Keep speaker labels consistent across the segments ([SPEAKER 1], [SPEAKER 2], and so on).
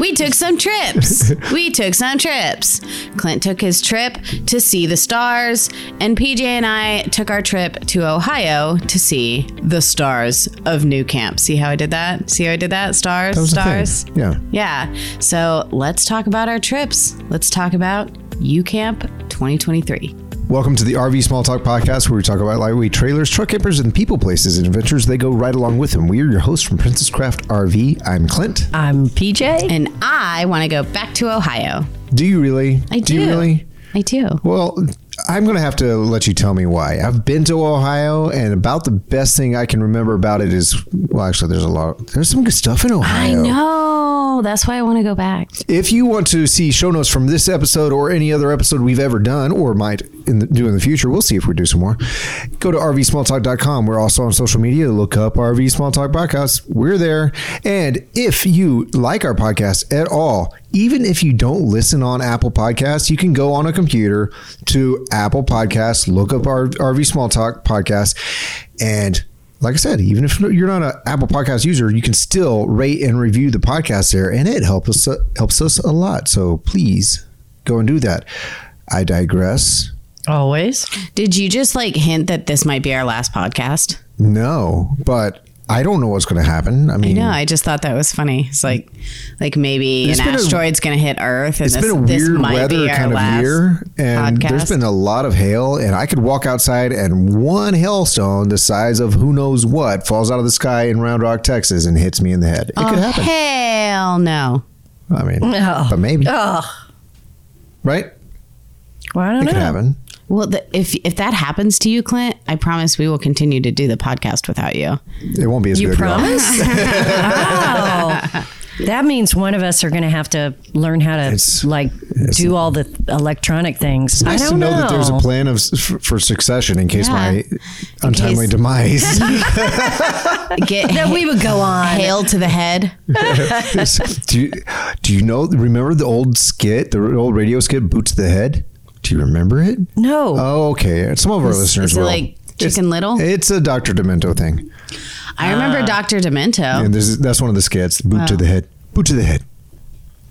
[SPEAKER 1] We took some trips. We took some trips. Clint took his trip to see the stars, and PJ and I took our trip to Ohio to see the stars of New Camp. See how I did that? See how I did that? Stars,
[SPEAKER 2] That was the thing.
[SPEAKER 1] stars.
[SPEAKER 2] Yeah.
[SPEAKER 1] Yeah. So let's talk about our trips. Let's talk about U Camp 2023.
[SPEAKER 2] Welcome to the RV Small Talk Podcast, where we talk about lightweight trailers, truck campers, and people, places, and adventures they go right along with them. We are your hosts from Princess Craft RV. I'm Clint.
[SPEAKER 3] I'm PJ.
[SPEAKER 1] And I want to go back to Ohio.
[SPEAKER 2] Do you really?
[SPEAKER 1] I do.
[SPEAKER 2] you really?
[SPEAKER 1] I do.
[SPEAKER 2] Well, I'm going to have to let you tell me why. I've been to Ohio, and about the best thing I can remember about it is well, actually, there's a lot. There's some good stuff in
[SPEAKER 1] I
[SPEAKER 2] Ohio.
[SPEAKER 1] know. That's why I want to go back.
[SPEAKER 2] If you want to see show notes from this episode or any other episode we've ever done or might in the, do in the future, we'll see if we do some more. Go to rvsmalltalk.com. We're also on social media. Look up RV Small Talk Podcast. We're there. And if you like our podcast at all, even if you don't listen on Apple Podcasts, you can go on a computer to Apple Podcasts, look up our RV Small Talk Podcast, and like I said, even if you're not an Apple Podcast user, you can still rate and review the podcast there, and it helps us helps us a lot. So please go and do that. I digress.
[SPEAKER 3] Always.
[SPEAKER 1] Did you just like hint that this might be our last podcast?
[SPEAKER 2] No, but I don't know what's going to happen. I mean,
[SPEAKER 1] No, I just thought that was funny. It's like, like maybe
[SPEAKER 2] Mm. It's
[SPEAKER 1] an
[SPEAKER 2] been a-
[SPEAKER 1] asteroid's going to hit Earth, and
[SPEAKER 2] it's
[SPEAKER 1] this,
[SPEAKER 2] been a
[SPEAKER 1] this
[SPEAKER 2] weird
[SPEAKER 1] might
[SPEAKER 2] weather
[SPEAKER 1] be our
[SPEAKER 2] kind of
[SPEAKER 1] last.
[SPEAKER 2] year, and
[SPEAKER 1] podcast.
[SPEAKER 2] there's been a lot of hail. And I could walk outside, and one hailstone the size of who knows what falls out of the sky in Round Rock, Texas, and hits me in the head. It
[SPEAKER 1] Oh.
[SPEAKER 2] could happen.
[SPEAKER 1] Hell no!
[SPEAKER 2] I mean,
[SPEAKER 3] No.
[SPEAKER 2] but maybe
[SPEAKER 1] Uh,
[SPEAKER 3] Oh,
[SPEAKER 2] right?
[SPEAKER 3] well, I don't
[SPEAKER 2] It could
[SPEAKER 3] know.
[SPEAKER 2] happen.
[SPEAKER 1] Well, the, if if that happens to you, Clint, I promise we will continue to do the podcast without you.
[SPEAKER 2] It won't be as
[SPEAKER 3] You
[SPEAKER 2] good. y'all.
[SPEAKER 3] promise? wow. That means one of us are going to have to learn how to
[SPEAKER 2] It's-
[SPEAKER 3] like do all the electronic things. I
[SPEAKER 2] nice
[SPEAKER 3] don't
[SPEAKER 2] to know, that there's a plan of for, for succession in case
[SPEAKER 1] Yeah.
[SPEAKER 2] my untimely
[SPEAKER 1] case-
[SPEAKER 2] demise
[SPEAKER 1] Get
[SPEAKER 3] That we would go on.
[SPEAKER 1] hail to the head.
[SPEAKER 2] do you, do you know remember the old skit the old radio skit boots to the head do you remember it
[SPEAKER 3] No.
[SPEAKER 2] oh okay some of our listeners
[SPEAKER 1] is it
[SPEAKER 2] will
[SPEAKER 1] like
[SPEAKER 2] It's-
[SPEAKER 1] Chicken Little?
[SPEAKER 2] it's a dr demento thing
[SPEAKER 1] I
[SPEAKER 2] Uh,
[SPEAKER 1] remember Doctor Demento.
[SPEAKER 2] and there's, that's one of the skits boot to the head boot to the head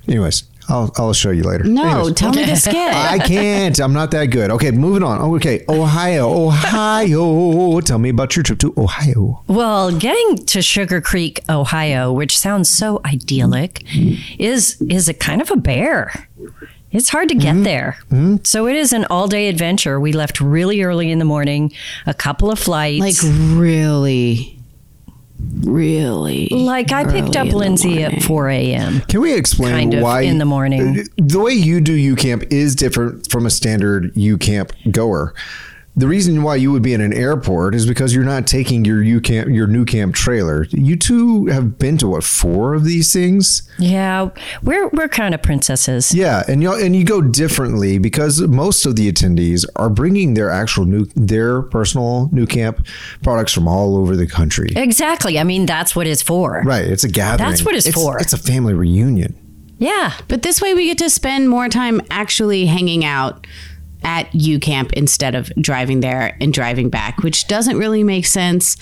[SPEAKER 2] anyways i'll, I'll show you later
[SPEAKER 1] No,
[SPEAKER 2] Anyways.
[SPEAKER 1] tell me the skit.
[SPEAKER 2] I can't. I'm not that good. Okay, moving on. Okay, Ohio, Ohio. Tell me about your trip to Ohio.
[SPEAKER 3] Well, getting to Sugar Creek, Ohio, which sounds so idyllic, is is a kind of a bear. It's hard to get
[SPEAKER 2] Mm-hmm.
[SPEAKER 3] there. So it is an all-day adventure. We left really early in the morning, a couple of flights.
[SPEAKER 1] like really, really.
[SPEAKER 3] Like, I picked
[SPEAKER 1] early in
[SPEAKER 3] up
[SPEAKER 1] the
[SPEAKER 3] Lindsay at
[SPEAKER 1] morning.
[SPEAKER 3] 4 a.m.
[SPEAKER 2] Can we explain
[SPEAKER 3] Kind of
[SPEAKER 2] why
[SPEAKER 3] in the morning.
[SPEAKER 2] The way you do U camp is different from a standard U camp goer. The reason why you would be in an airport is because you're not taking your U camp your new camp trailer. You two have been to what four of these things?
[SPEAKER 3] Yeah, we're we're kind of princesses.
[SPEAKER 2] Yeah, and you and you go differently because most of the attendees are bringing their actual new their personal new camp products from all over the country.
[SPEAKER 3] Exactly. I mean, that's what it's for.
[SPEAKER 2] Right, it's a gathering.
[SPEAKER 3] what it's
[SPEAKER 2] It's-
[SPEAKER 3] for.
[SPEAKER 2] It's a family reunion.
[SPEAKER 3] Yeah.
[SPEAKER 1] But this way we get to spend more time actually hanging out at U Camp instead of driving there and driving back, which doesn't really make sense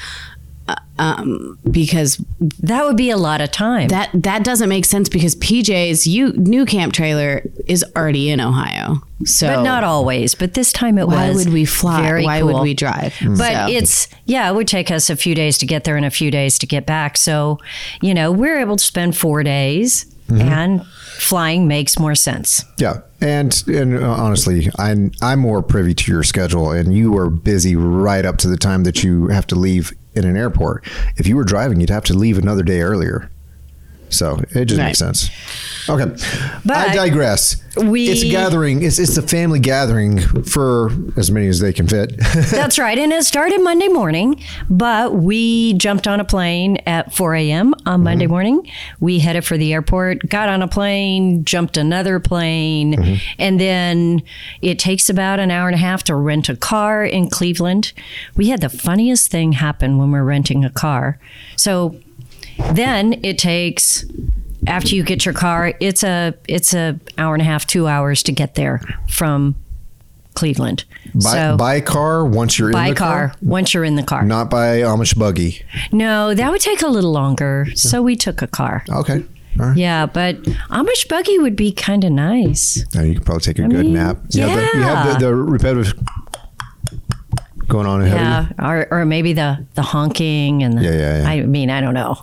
[SPEAKER 1] uh, um, because
[SPEAKER 3] That would be a lot of time.
[SPEAKER 1] that that doesn't make sense because PJ's U, new camp trailer is already in Ohio. So
[SPEAKER 3] but not always. But this time it
[SPEAKER 1] Oh. why
[SPEAKER 3] was.
[SPEAKER 1] would we fly?
[SPEAKER 3] Very
[SPEAKER 1] why would
[SPEAKER 3] cool.
[SPEAKER 1] we drive?
[SPEAKER 3] But it's yeah, it would take us a few days to get there and a few days to get back. So, you know, we're able to spend four days,
[SPEAKER 1] Mm-hmm.
[SPEAKER 3] and flying makes more sense.
[SPEAKER 2] Yeah, and and uh, honestly, I'm I'm more privy to your schedule, and you are busy right up to the time that you have to leave in an airport. If you were driving, you'd have to leave another day earlier. So it just
[SPEAKER 1] Right.
[SPEAKER 2] makes sense. Okay, I
[SPEAKER 3] But
[SPEAKER 2] digress.
[SPEAKER 3] we-
[SPEAKER 2] it's a gathering. It's it's a family gathering for as many as they can fit.
[SPEAKER 3] That's right. And it started Monday morning, but we jumped on a plane at 4 a.m. on Monday morning. We headed for the airport, got on a plane, jumped another plane, and then it takes about an hour and a half to rent a car in Cleveland. We had the funniest thing happen when we're renting a car. So then it takes after you get your car, it's a it's a hour and a half, two hours to get there from Cleveland.
[SPEAKER 2] buy, buy a car once you're in
[SPEAKER 3] Buy a
[SPEAKER 2] the car.
[SPEAKER 3] car once you're in the car.
[SPEAKER 2] Not by Amish buggy.
[SPEAKER 3] No, that would take a little longer. So we took a car.
[SPEAKER 2] Okay. All right.
[SPEAKER 3] Yeah, but Amish buggy would be kind of nice.
[SPEAKER 2] Now you can probably take a good
[SPEAKER 3] mean,
[SPEAKER 2] nap. You have the, you have the, the repetitive going on ahead of
[SPEAKER 3] Yeah, or, or maybe the the honking and the,
[SPEAKER 2] Yeah, yeah, yeah.
[SPEAKER 3] I mean, I don't know.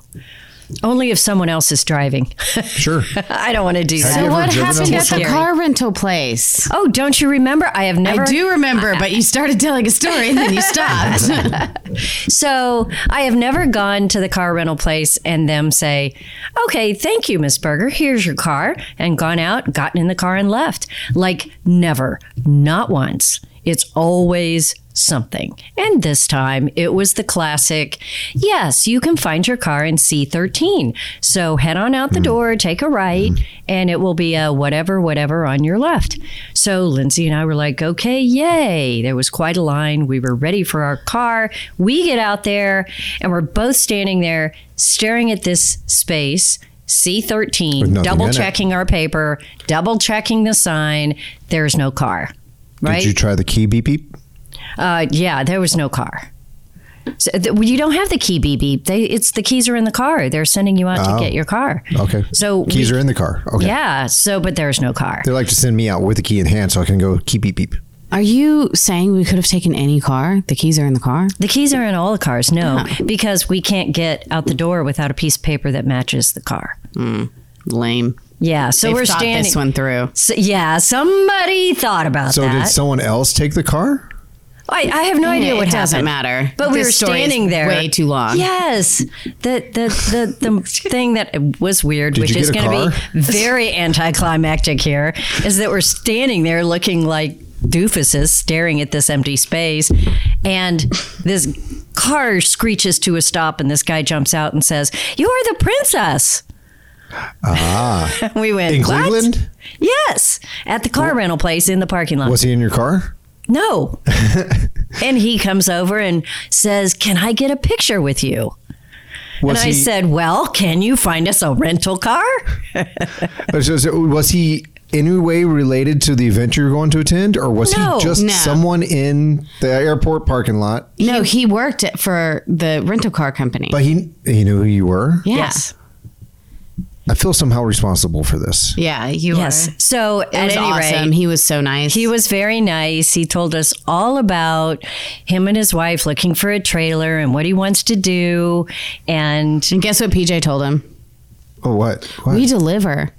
[SPEAKER 3] Only if someone else is driving.
[SPEAKER 2] you. Sure.
[SPEAKER 3] I don't want to do
[SPEAKER 2] Have
[SPEAKER 3] that.
[SPEAKER 2] you ever
[SPEAKER 1] What
[SPEAKER 2] driven
[SPEAKER 1] happened at
[SPEAKER 2] on horses?
[SPEAKER 1] the
[SPEAKER 3] Scary.
[SPEAKER 1] car rental place?
[SPEAKER 3] Oh, don't you remember? I have never.
[SPEAKER 1] I do remember, but you started telling a story and then you stopped.
[SPEAKER 3] So I have never gone to the car rental place and them say, "Okay, thank you, Miss Berger. Here's your car," and gone out, gotten in the car, and left. Like never, not once. It's always something. And this time it was the classic yes, you can find your car in C13. So head on out the
[SPEAKER 2] Hmm.
[SPEAKER 3] door, take a right, and it will be a whatever, whatever on your left. So Lindsay and I were like, okay, yay. There was quite a line. We were ready for our car. We get out there and we're both standing there staring at this space.
[SPEAKER 2] nothing
[SPEAKER 3] C13,
[SPEAKER 2] in it.
[SPEAKER 3] double checking our paper, double checking the sign. There's no car. Right?
[SPEAKER 2] Did you try the key beep beep?
[SPEAKER 3] Uh, yeah, there was no car. So th- well, you don't have the key beep beep. They, it's the keys are in the car. They're sending you out
[SPEAKER 2] Oh.
[SPEAKER 3] to get your car.
[SPEAKER 2] Okay.
[SPEAKER 3] So
[SPEAKER 2] keys
[SPEAKER 3] we-
[SPEAKER 2] are in the car. Okay.
[SPEAKER 3] Yeah. So, but there's no car.
[SPEAKER 2] They like to send me out with a key in hand so I can go key beep beep.
[SPEAKER 1] Are you saying we could have taken any car? The keys are in the car?
[SPEAKER 3] The keys are in all the cars. No, because we can't get out the door without a piece of paper that matches the car.
[SPEAKER 1] Lame.
[SPEAKER 3] Yeah. So
[SPEAKER 1] They've
[SPEAKER 3] we're
[SPEAKER 1] thought
[SPEAKER 3] standing.
[SPEAKER 1] this one through.
[SPEAKER 3] So- yeah. Somebody thought about
[SPEAKER 2] So
[SPEAKER 3] that.
[SPEAKER 2] did someone else take the car?
[SPEAKER 3] I, I have no idea
[SPEAKER 1] it
[SPEAKER 3] what
[SPEAKER 1] doesn't
[SPEAKER 3] happened.
[SPEAKER 1] matter.
[SPEAKER 3] But we
[SPEAKER 1] This
[SPEAKER 3] were
[SPEAKER 1] story is
[SPEAKER 3] standing there
[SPEAKER 1] way too long.
[SPEAKER 3] Yes, the the the, the thing that was weird, which
[SPEAKER 2] you
[SPEAKER 3] is
[SPEAKER 2] get a
[SPEAKER 3] going to
[SPEAKER 2] car?
[SPEAKER 3] be very anticlimactic here, is that we're standing there looking like doofuses staring at this empty space, and this car screeches to a stop, and this guy jumps out and says, "You're the princess." Ah, we went
[SPEAKER 2] In
[SPEAKER 3] "What?"
[SPEAKER 2] Cleveland?
[SPEAKER 3] Yes, at the car rental place in the parking lot.
[SPEAKER 2] Was he in your car?
[SPEAKER 3] No. and he comes over and says, Can I get a picture with you?
[SPEAKER 2] Was
[SPEAKER 3] and I
[SPEAKER 2] he,
[SPEAKER 3] said, Well, can you find us a rental car?
[SPEAKER 2] uh, so- so was he any way related to the event you were going to attend, or was
[SPEAKER 3] No.
[SPEAKER 2] he just
[SPEAKER 1] No.
[SPEAKER 2] someone in the airport parking lot?
[SPEAKER 1] No, he worked at, for the rental car company.
[SPEAKER 2] But he he knew who you were.
[SPEAKER 1] yeah.
[SPEAKER 3] Yes.
[SPEAKER 2] I feel somehow responsible for this.
[SPEAKER 1] Yeah, you
[SPEAKER 3] Yes.
[SPEAKER 1] were.
[SPEAKER 3] So
[SPEAKER 1] It
[SPEAKER 3] at
[SPEAKER 1] was
[SPEAKER 3] any
[SPEAKER 1] awesome.
[SPEAKER 3] rate,
[SPEAKER 1] he was so nice.
[SPEAKER 3] he was very nice. He told us all about him and his wife looking for a trailer and what he wants to do. And
[SPEAKER 1] and guess what PJ told him?
[SPEAKER 2] Oh, what? what?
[SPEAKER 1] We deliver.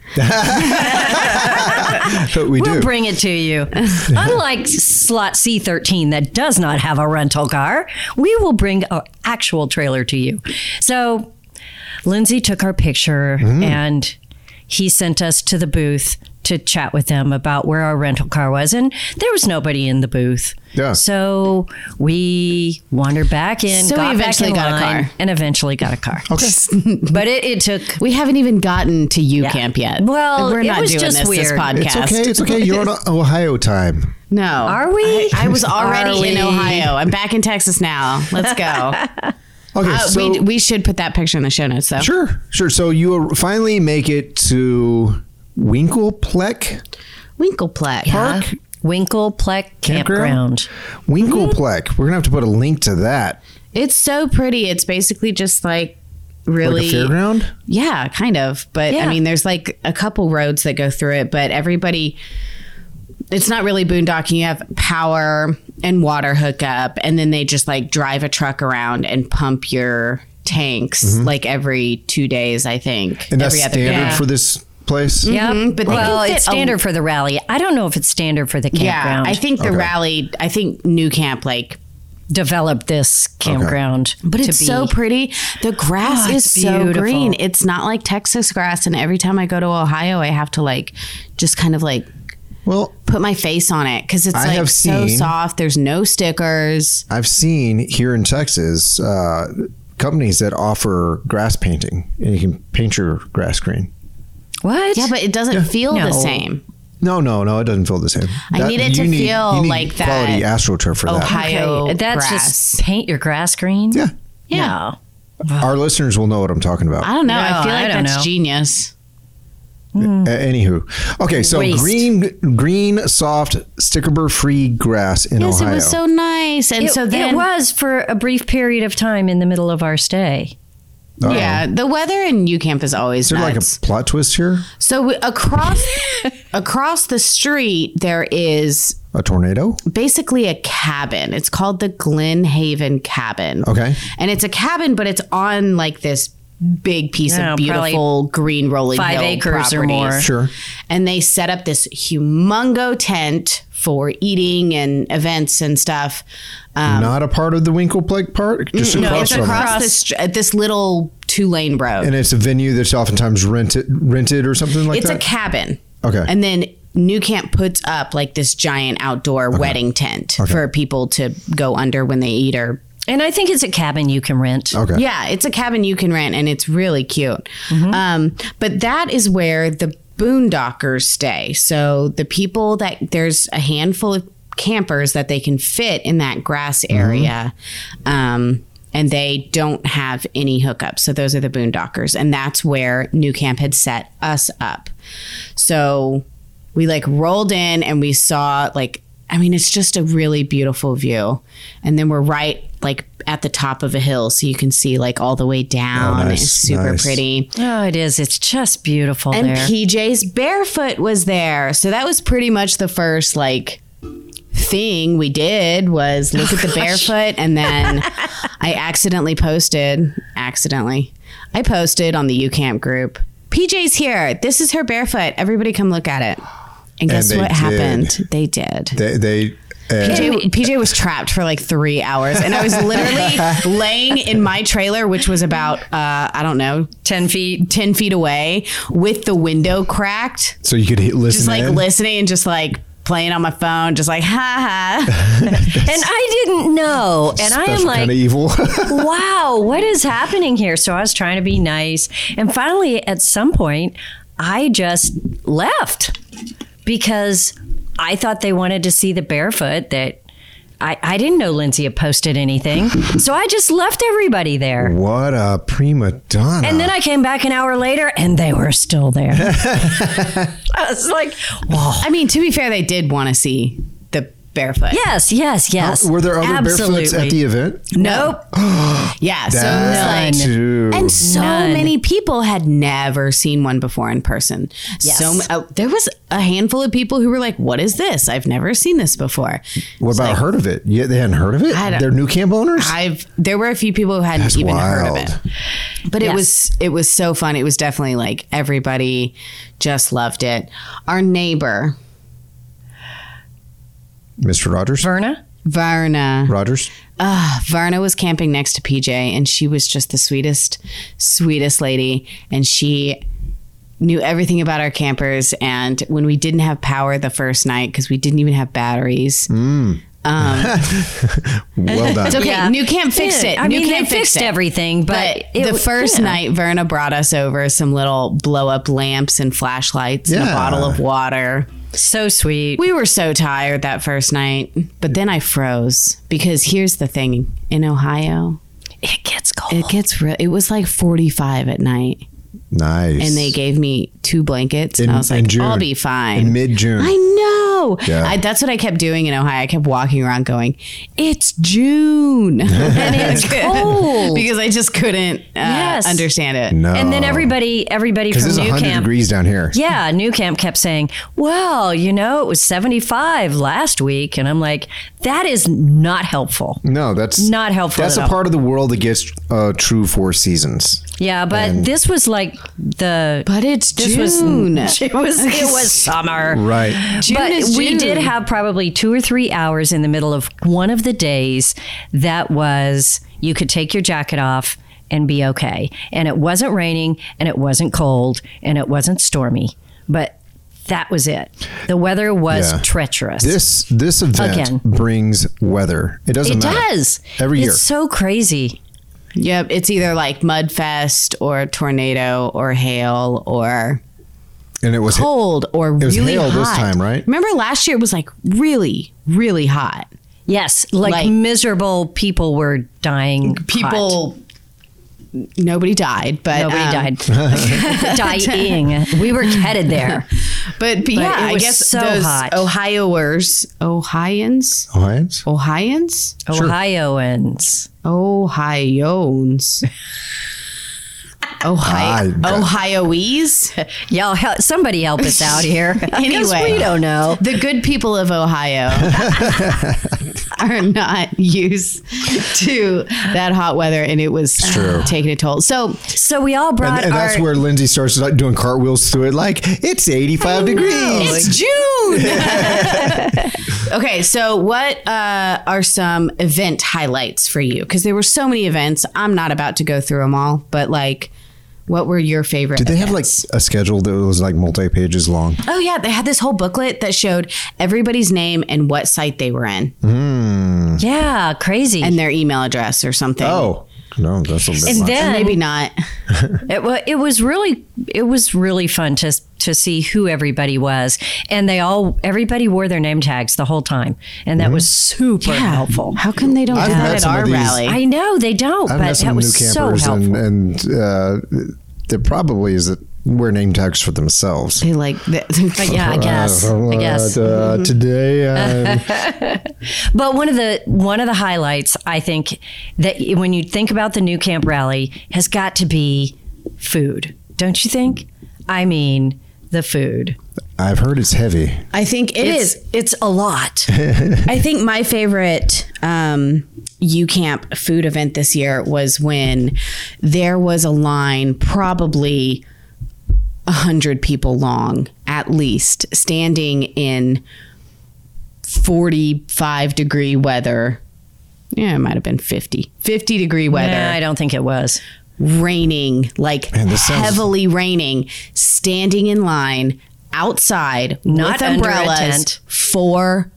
[SPEAKER 2] we
[SPEAKER 3] we'll
[SPEAKER 2] do.
[SPEAKER 3] bring it to you. Unlike slot C13 that does not have a rental car, we will bring an actual trailer to you. So Lindsay took our picture
[SPEAKER 2] Mm.
[SPEAKER 3] and he sent us to the booth to chat with them about where our rental car was. And there was nobody in the booth.
[SPEAKER 2] Yeah.
[SPEAKER 3] So we wandered back in,
[SPEAKER 1] So we
[SPEAKER 3] got back
[SPEAKER 1] eventually
[SPEAKER 3] in
[SPEAKER 1] got a
[SPEAKER 3] line,
[SPEAKER 1] car.
[SPEAKER 3] And eventually got a car. Okay. but it, it took
[SPEAKER 1] We haven't even gotten to you camp yet.
[SPEAKER 3] Well,
[SPEAKER 1] we're
[SPEAKER 3] it
[SPEAKER 1] not
[SPEAKER 3] was
[SPEAKER 1] doing
[SPEAKER 3] just
[SPEAKER 1] this, this
[SPEAKER 3] weird.
[SPEAKER 1] podcast.
[SPEAKER 2] it's okay. It's okay. You're on Ohio time.
[SPEAKER 1] No.
[SPEAKER 3] Are we?
[SPEAKER 1] I, I was already
[SPEAKER 3] Are we?
[SPEAKER 1] in Ohio. I'm back in Texas now. Let's go.
[SPEAKER 2] Okay,
[SPEAKER 1] Uh,
[SPEAKER 2] so
[SPEAKER 1] we, we should put that picture in the show notes, though.
[SPEAKER 2] sure, sure. So you ar- finally make it to Winklepleck
[SPEAKER 1] Winkleplex.
[SPEAKER 2] Park.
[SPEAKER 3] Winklepleck
[SPEAKER 2] Campground?
[SPEAKER 3] Uh-huh. Campground.
[SPEAKER 1] Mm-hmm.
[SPEAKER 2] Winklepleck. We're gonna have to put a link to that.
[SPEAKER 1] It's so pretty. It's basically just like really.
[SPEAKER 2] Like a fairground.
[SPEAKER 1] yeah, kind of. But I
[SPEAKER 3] Yeah.
[SPEAKER 1] mean, there's like a couple roads that go through it, but everybody. It's not really boondocking. You have power and water hookup, and then they just like drive a truck around and pump your tanks like every two days, I think.
[SPEAKER 2] Mm-hmm. And that's
[SPEAKER 1] every
[SPEAKER 2] standard
[SPEAKER 1] day.
[SPEAKER 2] for this place.
[SPEAKER 3] Yeah,
[SPEAKER 1] but I
[SPEAKER 3] Mm-hmm. well,
[SPEAKER 1] think that
[SPEAKER 3] it's
[SPEAKER 1] a-
[SPEAKER 3] standard for the rally. I don't know if it's standard for the
[SPEAKER 1] Yeah,
[SPEAKER 3] campground.
[SPEAKER 1] I think the
[SPEAKER 2] Okay.
[SPEAKER 1] rally. I think New Camp like
[SPEAKER 3] developed this campground,
[SPEAKER 1] But
[SPEAKER 3] to
[SPEAKER 1] it's
[SPEAKER 3] be-
[SPEAKER 1] so pretty. The grass
[SPEAKER 3] Oh,
[SPEAKER 1] is
[SPEAKER 3] it's
[SPEAKER 1] so
[SPEAKER 3] beautiful.
[SPEAKER 1] green. It's not like Texas grass. And every time I go to Ohio, I have to like just kind of like
[SPEAKER 2] Well,
[SPEAKER 1] put my face on it because it's
[SPEAKER 2] I
[SPEAKER 1] like
[SPEAKER 2] have
[SPEAKER 1] so
[SPEAKER 2] seen-
[SPEAKER 1] soft. There's no stickers.
[SPEAKER 2] I've seen here in Texas uh, companies that offer grass painting, and you can paint your grass green.
[SPEAKER 3] what?
[SPEAKER 1] Yeah, but it doesn't feel the
[SPEAKER 3] No.
[SPEAKER 1] same.
[SPEAKER 2] No, no, no. It doesn't feel the same.
[SPEAKER 1] I need it to feel like that
[SPEAKER 2] Quality astroturf for that.
[SPEAKER 1] Ohio
[SPEAKER 3] that's
[SPEAKER 1] grass.
[SPEAKER 3] just paint your grass green.
[SPEAKER 2] Yeah.
[SPEAKER 1] Yeah.
[SPEAKER 3] No.
[SPEAKER 2] Our listeners will know what I'm talking about.
[SPEAKER 1] I don't know.
[SPEAKER 3] No,
[SPEAKER 1] I feel
[SPEAKER 3] I
[SPEAKER 1] like
[SPEAKER 3] don't
[SPEAKER 1] that's
[SPEAKER 3] know.
[SPEAKER 1] genius.
[SPEAKER 2] A- anywho, okay. So
[SPEAKER 3] Waste.
[SPEAKER 2] green, green, soft, sticker-free grass in
[SPEAKER 1] Yes,
[SPEAKER 2] Ohio.
[SPEAKER 1] it was so nice. And
[SPEAKER 3] It,
[SPEAKER 1] so then
[SPEAKER 3] it was for a brief period of time in the middle of our stay.
[SPEAKER 1] Yeah, the weather in U Camp is always
[SPEAKER 2] Is there like a
[SPEAKER 1] nuts.
[SPEAKER 2] plot twist here?
[SPEAKER 1] so we, across across the street there is
[SPEAKER 2] A tornado?
[SPEAKER 1] basically a cabin. It's called the Glen Haven Cabin.
[SPEAKER 2] Okay.
[SPEAKER 1] And it's a cabin, but it's on like this big piece
[SPEAKER 3] Oh,
[SPEAKER 1] of
[SPEAKER 3] probably
[SPEAKER 1] beautiful green rolling
[SPEAKER 3] five
[SPEAKER 1] hill
[SPEAKER 3] acres or
[SPEAKER 1] property.
[SPEAKER 3] more.
[SPEAKER 2] Sure.
[SPEAKER 1] And they set up this humongo tent for eating and events and stuff. Um,
[SPEAKER 2] Not a part of the Winkleplague Park? Just
[SPEAKER 1] no,
[SPEAKER 2] across
[SPEAKER 1] it's
[SPEAKER 2] from it.
[SPEAKER 1] across this, str- uh, this little two lane road.
[SPEAKER 2] And it's a venue that's oftentimes rented rented or something like
[SPEAKER 1] it's
[SPEAKER 2] that?
[SPEAKER 1] a cabin.
[SPEAKER 2] Okay.
[SPEAKER 1] And then New Camp puts up like this giant outdoor wedding tent for people to go under when they eat or
[SPEAKER 3] And I think it's a cabin you can rent.
[SPEAKER 2] okay.
[SPEAKER 1] Yeah, it's a cabin you can rent, and it's really cute. Um, but that is where the boondockers stay. So the people that there's a handful of campers that they can fit in that grass area. Um, and they don't have any hookups. So those are the boondockers. And that's where New Camp had set us up. So we like rolled in and we saw like I mean it's just a really beautiful view. And then we're right like at the top of a hill so you can see like all the way down.
[SPEAKER 2] Oh, nice,
[SPEAKER 1] it's super
[SPEAKER 2] nice.
[SPEAKER 1] pretty.
[SPEAKER 3] Oh, it is. It's just beautiful
[SPEAKER 1] And
[SPEAKER 3] there.
[SPEAKER 1] PJ's barefoot was there. So that was pretty much the first like thing we did was look at the barefoot and then I accidentally posted accidentally. I posted on the UCamp group. PJ's here. This is her barefoot. Everybody come look at it. And guess
[SPEAKER 2] they
[SPEAKER 1] what
[SPEAKER 2] did.
[SPEAKER 1] happened? They did.
[SPEAKER 2] They, they uh,
[SPEAKER 1] PJ, PJ was trapped for like three hours, and I was literally laying in my trailer, which was about uh, I don't know
[SPEAKER 3] 10 feet.
[SPEAKER 1] ten feet away, with the window cracked,
[SPEAKER 2] so you could hit, listen
[SPEAKER 1] just like
[SPEAKER 2] in?
[SPEAKER 1] listening and just like playing on my phone, just like ha ha.
[SPEAKER 3] And I didn't know. And I am
[SPEAKER 2] Special
[SPEAKER 3] like,
[SPEAKER 2] kind of evil.
[SPEAKER 3] wow, what is happening here? So I was trying to be nice. And finally, at some point, I just left because I thought they wanted to see the barefoot that. I, I didn't know Lindsay had posted anything. So I just left everybody there.
[SPEAKER 2] what a prima donna.
[SPEAKER 3] And then I came back an hour later and they were still there. I was like, wow.
[SPEAKER 1] I mean, to be fair, they did want to see the barefoot.
[SPEAKER 3] Yes, yes, yes.
[SPEAKER 2] Were there other
[SPEAKER 3] Absolutely.
[SPEAKER 2] barefoots at the event?
[SPEAKER 1] Nope. yeah. So it was like.
[SPEAKER 3] None.
[SPEAKER 2] Dude.
[SPEAKER 1] And so
[SPEAKER 3] None.
[SPEAKER 1] many people had never seen one before in person.
[SPEAKER 3] Yes.
[SPEAKER 1] So uh, there was a handful of people who were like, "What is this? I've never seen this before."
[SPEAKER 2] what about heard of it? Yeah, they hadn't heard of it.
[SPEAKER 1] I don't-
[SPEAKER 2] They're new camp owners.
[SPEAKER 1] I've there were a few people who hadn't
[SPEAKER 2] That's
[SPEAKER 1] even
[SPEAKER 2] wild.
[SPEAKER 1] heard of it, but it
[SPEAKER 3] Yes.
[SPEAKER 1] was it was so fun. It was definitely like everybody just loved it. Our neighbor
[SPEAKER 2] Mr. Rogers.
[SPEAKER 3] Verna?
[SPEAKER 1] Varna,
[SPEAKER 2] Rogers.
[SPEAKER 1] Ah, Varna was camping next to PJ, and she was just the sweetest, sweetest lady, and she knew everything about our campers. And when we didn't have power the first night because we didn't even have batteries. um,
[SPEAKER 2] Well done.
[SPEAKER 1] It's okay.
[SPEAKER 3] Yeah.
[SPEAKER 1] New camp fixed it.
[SPEAKER 3] I
[SPEAKER 1] New
[SPEAKER 3] mean, they
[SPEAKER 1] camp
[SPEAKER 3] fixed everything, but,
[SPEAKER 1] But
[SPEAKER 3] it
[SPEAKER 1] the
[SPEAKER 3] w-
[SPEAKER 1] first
[SPEAKER 3] you know.
[SPEAKER 1] night, Verna brought us over some little blow up lamps and flashlights and a
[SPEAKER 2] Yeah.
[SPEAKER 1] bottle of water.
[SPEAKER 3] so sweet.
[SPEAKER 1] We were so tired that first night, but then I froze because here's the thing in Ohio,
[SPEAKER 3] It gets cold.
[SPEAKER 1] it gets real. It was like 45 at night,
[SPEAKER 2] nice.
[SPEAKER 1] and they gave me two blankets,
[SPEAKER 2] In-
[SPEAKER 1] and I was
[SPEAKER 2] in
[SPEAKER 1] like,
[SPEAKER 2] June.
[SPEAKER 1] I'll be fine.
[SPEAKER 2] in mid June.
[SPEAKER 1] I know.
[SPEAKER 2] Yeah.
[SPEAKER 1] I, that's what I kept doing in Ohio. I kept walking around going, "It's June," and it's
[SPEAKER 3] cold.
[SPEAKER 1] because I just couldn't uh,
[SPEAKER 3] Yes.
[SPEAKER 1] understand it.
[SPEAKER 2] No.
[SPEAKER 3] And then everybody, everybody
[SPEAKER 2] Oh. Because
[SPEAKER 3] from
[SPEAKER 2] it's
[SPEAKER 3] New
[SPEAKER 2] 100
[SPEAKER 3] Camp,
[SPEAKER 2] degrees down here.
[SPEAKER 3] yeah, New Camp kept saying, "Well, you know, it was seventy-five last week," and I'm like, "That is not helpful."
[SPEAKER 2] No, that's
[SPEAKER 3] Not helpful
[SPEAKER 2] That's
[SPEAKER 3] at
[SPEAKER 2] a
[SPEAKER 3] all.
[SPEAKER 2] part of the world that gets uh, true four seasons.
[SPEAKER 3] Yeah, but this was like the
[SPEAKER 1] But it's
[SPEAKER 3] this was
[SPEAKER 1] June.
[SPEAKER 3] it was it was summer,
[SPEAKER 2] Right.
[SPEAKER 1] June
[SPEAKER 3] but
[SPEAKER 1] is
[SPEAKER 3] we
[SPEAKER 1] June.
[SPEAKER 3] did have probably two or three hours in the middle of one of the days that was you could take your jacket off and be okay. And it wasn't raining and it wasn't cold and it wasn't stormy. But that was it. The weather was
[SPEAKER 2] Yeah.
[SPEAKER 3] treacherous.
[SPEAKER 2] This this event
[SPEAKER 3] Again.
[SPEAKER 2] brings weather. It doesn't
[SPEAKER 3] it
[SPEAKER 2] matter.
[SPEAKER 3] does.
[SPEAKER 2] Every
[SPEAKER 3] it's
[SPEAKER 2] year.
[SPEAKER 3] so crazy.
[SPEAKER 1] Yep, it's either like mudfest or tornado or hail or
[SPEAKER 2] And it was
[SPEAKER 1] cold or
[SPEAKER 2] was
[SPEAKER 1] really
[SPEAKER 2] hail
[SPEAKER 1] hot.
[SPEAKER 2] this time, right?
[SPEAKER 1] Remember last year it was like really, really hot.
[SPEAKER 3] Yes, like,
[SPEAKER 1] Like-
[SPEAKER 3] miserable people were dying. hot.
[SPEAKER 1] People, nobody died, but
[SPEAKER 3] Nobody
[SPEAKER 1] um,
[SPEAKER 3] died. dying. We were headed there.
[SPEAKER 1] But, but yeah,
[SPEAKER 3] it
[SPEAKER 1] I
[SPEAKER 3] was
[SPEAKER 1] guess
[SPEAKER 3] so
[SPEAKER 1] those
[SPEAKER 3] hot.
[SPEAKER 1] Ohioers, Ohioans,
[SPEAKER 2] Oh, Hawaiians?
[SPEAKER 1] Ohioans,
[SPEAKER 3] Ohioans.
[SPEAKER 1] Ohioans. Ohio,
[SPEAKER 2] I-
[SPEAKER 1] Ohioese.
[SPEAKER 3] Y'all, help, somebody help us out here. 'Cause
[SPEAKER 1] Anyway.
[SPEAKER 3] we don't know.
[SPEAKER 1] The good people of Ohio are not used to that hot weather, and it was taking a toll. So
[SPEAKER 3] So we all brought
[SPEAKER 2] And, and
[SPEAKER 3] our.
[SPEAKER 2] that's where Lindsay starts like, doing cartwheels through it, like it's 85 degrees.
[SPEAKER 1] it's June. okay, so what uh, are some event highlights for you? Because there were so many events. I'm not about to go through them all, but like, what were your favorite?
[SPEAKER 2] Did they have like a schedule that was like multi pages long?
[SPEAKER 1] Oh yeah, they had this whole booklet that showed everybody's name and what site they were in
[SPEAKER 2] Mm-hmm.
[SPEAKER 3] yeah, crazy.
[SPEAKER 1] and their email address or something.
[SPEAKER 2] Oh no, that's a bit.
[SPEAKER 3] And
[SPEAKER 2] much.
[SPEAKER 3] then
[SPEAKER 1] Maybe not.
[SPEAKER 3] it, wa- it was really it was really fun to to see who everybody was, and they all everybody wore their name tags the whole time, and
[SPEAKER 2] Mm-hmm.
[SPEAKER 3] that was super helpful.
[SPEAKER 1] How come they don't
[SPEAKER 2] I've
[SPEAKER 1] do
[SPEAKER 2] met
[SPEAKER 1] that at
[SPEAKER 2] some of
[SPEAKER 1] our
[SPEAKER 2] these.
[SPEAKER 1] rally?
[SPEAKER 3] I know they don't,
[SPEAKER 2] I've met
[SPEAKER 3] but that
[SPEAKER 2] some new
[SPEAKER 3] was so
[SPEAKER 2] campers,
[SPEAKER 3] helpful.
[SPEAKER 2] and, and uh, there probably is that wear name tags for themselves.
[SPEAKER 1] they like.
[SPEAKER 3] but yeah, I guess. I guess. Mm-hmm.
[SPEAKER 2] Uh, today, uh, I'm
[SPEAKER 3] But one of the one of the highlights, I think, that when you think about the new camp rally, has got to be food, don't you think? I mean, the food.
[SPEAKER 2] I've heard it's heavy.
[SPEAKER 1] I think it
[SPEAKER 3] It's,
[SPEAKER 1] is.
[SPEAKER 3] it's a lot.
[SPEAKER 1] I think my favorite um, U Camp food event this year was when there was a line probably a hundred people long, at least, standing in forty-five degree weather. Yeah, it might have been 50. 50 degree weather,
[SPEAKER 3] Nah, I don't think it was.
[SPEAKER 1] raining, like
[SPEAKER 2] Man, this sounds-
[SPEAKER 1] heavily raining, standing in line outside
[SPEAKER 3] Not
[SPEAKER 1] with
[SPEAKER 3] under a
[SPEAKER 1] umbrellas
[SPEAKER 3] tent.
[SPEAKER 1] for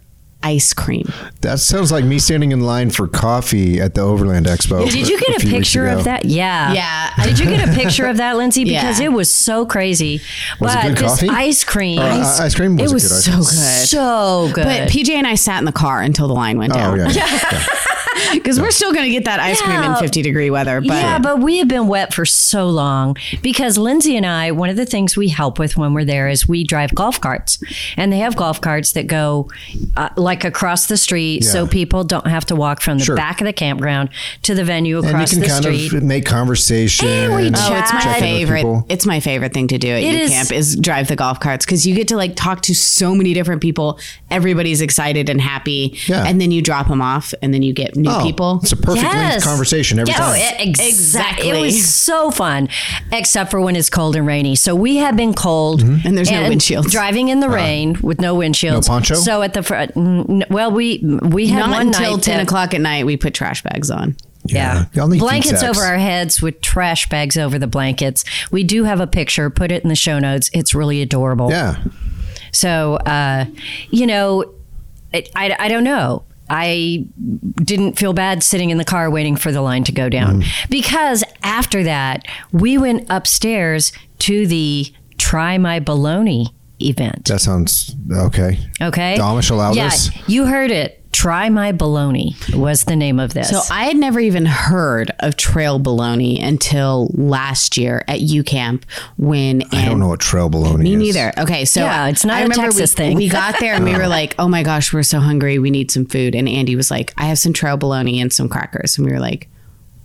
[SPEAKER 1] ice cream.
[SPEAKER 2] That sounds like me standing in line for coffee at the Overland Expo.
[SPEAKER 3] Did you get a
[SPEAKER 2] few weeks
[SPEAKER 3] picture
[SPEAKER 2] ago.
[SPEAKER 3] of that? Yeah.
[SPEAKER 1] Yeah.
[SPEAKER 3] Did you get a picture of that, Lindsay? Because
[SPEAKER 1] Yeah.
[SPEAKER 3] it was so crazy.
[SPEAKER 2] Was it
[SPEAKER 3] but
[SPEAKER 2] good
[SPEAKER 3] this
[SPEAKER 2] coffee?
[SPEAKER 3] ice cream,
[SPEAKER 2] Uh,
[SPEAKER 3] ice,
[SPEAKER 2] uh, ice cream was,
[SPEAKER 1] It was
[SPEAKER 2] a good
[SPEAKER 1] so
[SPEAKER 2] idea.
[SPEAKER 1] good.
[SPEAKER 3] so good.
[SPEAKER 1] But PJ and I sat in the car until the line went
[SPEAKER 2] Oh
[SPEAKER 1] down.
[SPEAKER 2] yeah, yeah.
[SPEAKER 1] Because we're still going to get that ice cream in
[SPEAKER 3] Yeah.
[SPEAKER 1] 50 degree weather. But
[SPEAKER 3] yeah, but we have been wet for so long because Lindsay and I, one of the things we help with when we're there is we drive golf carts, and they have golf carts that go uh, like across the street, so
[SPEAKER 2] Yeah.
[SPEAKER 3] people don't have to walk from the
[SPEAKER 2] Sure.
[SPEAKER 3] back of the campground to the venue
[SPEAKER 2] and you
[SPEAKER 3] across
[SPEAKER 2] can
[SPEAKER 3] the
[SPEAKER 2] kind
[SPEAKER 3] street.
[SPEAKER 2] of make conversation. uh,
[SPEAKER 3] And we
[SPEAKER 1] Oh, it's
[SPEAKER 3] Chat.
[SPEAKER 1] my
[SPEAKER 2] Check in with
[SPEAKER 1] favorite.
[SPEAKER 2] people.
[SPEAKER 1] It's my favorite thing to do at
[SPEAKER 3] It
[SPEAKER 1] U
[SPEAKER 3] is-
[SPEAKER 1] Camp is drive the golf carts because you get to like talk to so many different people. Everybody's excited and happy,
[SPEAKER 2] Yeah.
[SPEAKER 1] and then you drop them off, and then you get new
[SPEAKER 2] Oh,
[SPEAKER 1] people.
[SPEAKER 2] It's a perfect
[SPEAKER 3] Yes.
[SPEAKER 2] linked conversation every
[SPEAKER 3] Yes.
[SPEAKER 2] time.
[SPEAKER 3] Oh, it, exa-
[SPEAKER 1] Exactly.
[SPEAKER 3] It was so fun, except for when it's cold and rainy. So we have been cold,
[SPEAKER 2] Mm-hmm.
[SPEAKER 1] And there's no windshields.
[SPEAKER 3] Driving in the rain with no windshields. No
[SPEAKER 2] poncho?
[SPEAKER 3] So at the front, well, we we had
[SPEAKER 1] Not
[SPEAKER 3] one
[SPEAKER 1] until
[SPEAKER 3] night
[SPEAKER 1] 10
[SPEAKER 3] that-
[SPEAKER 1] o'clock at night, we put trash bags on.
[SPEAKER 2] Yeah. Y'all need tea
[SPEAKER 3] blankets
[SPEAKER 2] sacks.
[SPEAKER 3] over our heads with trash bags over the blankets. We do have a picture. Put it in the show notes. It's really adorable.
[SPEAKER 2] yeah.
[SPEAKER 3] So, uh, you know, it, I, I don't know. I didn't feel bad sitting in the car waiting for the line to go down
[SPEAKER 2] Mm.
[SPEAKER 3] because after that, we went upstairs to the Try My Baloney event.
[SPEAKER 2] That sounds okay.
[SPEAKER 3] Okay.
[SPEAKER 2] The Amish allowed
[SPEAKER 3] yeah,
[SPEAKER 2] us?
[SPEAKER 3] You heard it. Try My Baloney was the name of this.
[SPEAKER 1] So I had never even heard of trail baloney until last year at U Camp when
[SPEAKER 2] I don't know what trail baloney
[SPEAKER 1] Me
[SPEAKER 2] is.
[SPEAKER 1] neither. Okay, so
[SPEAKER 3] Yeah, it's not
[SPEAKER 1] I
[SPEAKER 3] a
[SPEAKER 1] remember
[SPEAKER 3] Texas
[SPEAKER 1] we,
[SPEAKER 3] thing.
[SPEAKER 1] We got there and we were like, "Oh my gosh, we're so hungry. We need some food." And Andy was like, "I have some trail bologna and some crackers." And we were like,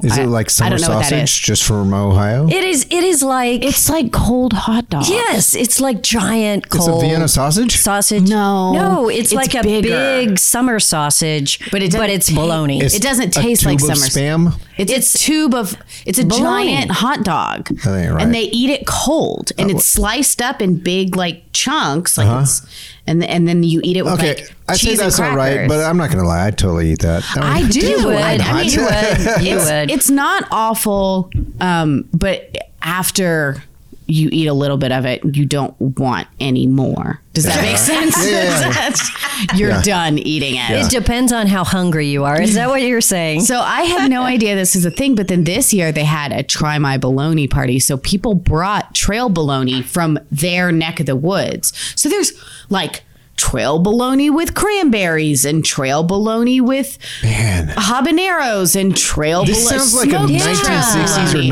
[SPEAKER 2] Is
[SPEAKER 1] I-
[SPEAKER 2] it like
[SPEAKER 1] I
[SPEAKER 2] summer
[SPEAKER 1] don't know what that
[SPEAKER 2] sausage
[SPEAKER 1] is.
[SPEAKER 2] just from Ohio?
[SPEAKER 3] it is. It is like
[SPEAKER 1] "It's like cold hot dog."
[SPEAKER 3] yes. It's like giant
[SPEAKER 2] it's a
[SPEAKER 3] cold
[SPEAKER 2] Vienna sausage?
[SPEAKER 3] sausage.
[SPEAKER 1] No.
[SPEAKER 3] no. It's,
[SPEAKER 1] It's
[SPEAKER 3] like a
[SPEAKER 1] bigger.
[SPEAKER 3] big summer sausage,
[SPEAKER 1] But it doesn't
[SPEAKER 3] but it's
[SPEAKER 1] ta-
[SPEAKER 3] baloney.
[SPEAKER 1] It's- it doesn't
[SPEAKER 2] a
[SPEAKER 1] taste
[SPEAKER 2] tube
[SPEAKER 1] like
[SPEAKER 2] of
[SPEAKER 1] summer-
[SPEAKER 2] spam.
[SPEAKER 1] It's, a tube of it's a
[SPEAKER 3] Bologna.
[SPEAKER 1] giant hot dog,
[SPEAKER 2] ain't right. Oh,
[SPEAKER 1] and they eat it cold, and it's sliced up in big like chunks, like it's, and and then you eat it with
[SPEAKER 2] Uh-huh. Okay,
[SPEAKER 1] like
[SPEAKER 2] I say
[SPEAKER 1] cheese and
[SPEAKER 2] that's all right,
[SPEAKER 1] crackers.
[SPEAKER 2] but I'm not going to lie. I totally eat that.
[SPEAKER 1] I do.
[SPEAKER 3] You would.
[SPEAKER 1] I,
[SPEAKER 3] I mean,
[SPEAKER 1] mean,
[SPEAKER 3] you would. You
[SPEAKER 1] it's,
[SPEAKER 3] would.
[SPEAKER 1] It's not awful, um, but after you eat a little bit of it, you don't want any more. Does that make sense?
[SPEAKER 2] Yeah, yeah, yeah.
[SPEAKER 1] That's- You're done eating it.
[SPEAKER 3] It depends on how hungry you are. Is that what you're saying?
[SPEAKER 1] So I had no idea this is a thing, but then this year they had a try my bologna party. So people brought trail bologna from their neck of the woods. So there's like trail bologna with cranberries and trail bologna with
[SPEAKER 2] Man,
[SPEAKER 1] habaneros and trail
[SPEAKER 2] this
[SPEAKER 1] bologna.
[SPEAKER 2] sounds like a
[SPEAKER 1] smoked
[SPEAKER 2] 1960s or
[SPEAKER 1] bologna.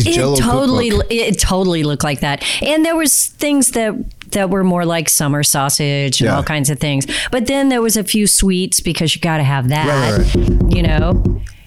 [SPEAKER 2] 1970s
[SPEAKER 3] it
[SPEAKER 2] Jello
[SPEAKER 3] totally,
[SPEAKER 2] cookbook.
[SPEAKER 3] it totally looked like that. And there was things that that were more like summer sausage and
[SPEAKER 2] Yeah.
[SPEAKER 3] all kinds of things. But then there was a few sweets because you got to have that.
[SPEAKER 2] Right, right,
[SPEAKER 3] You know,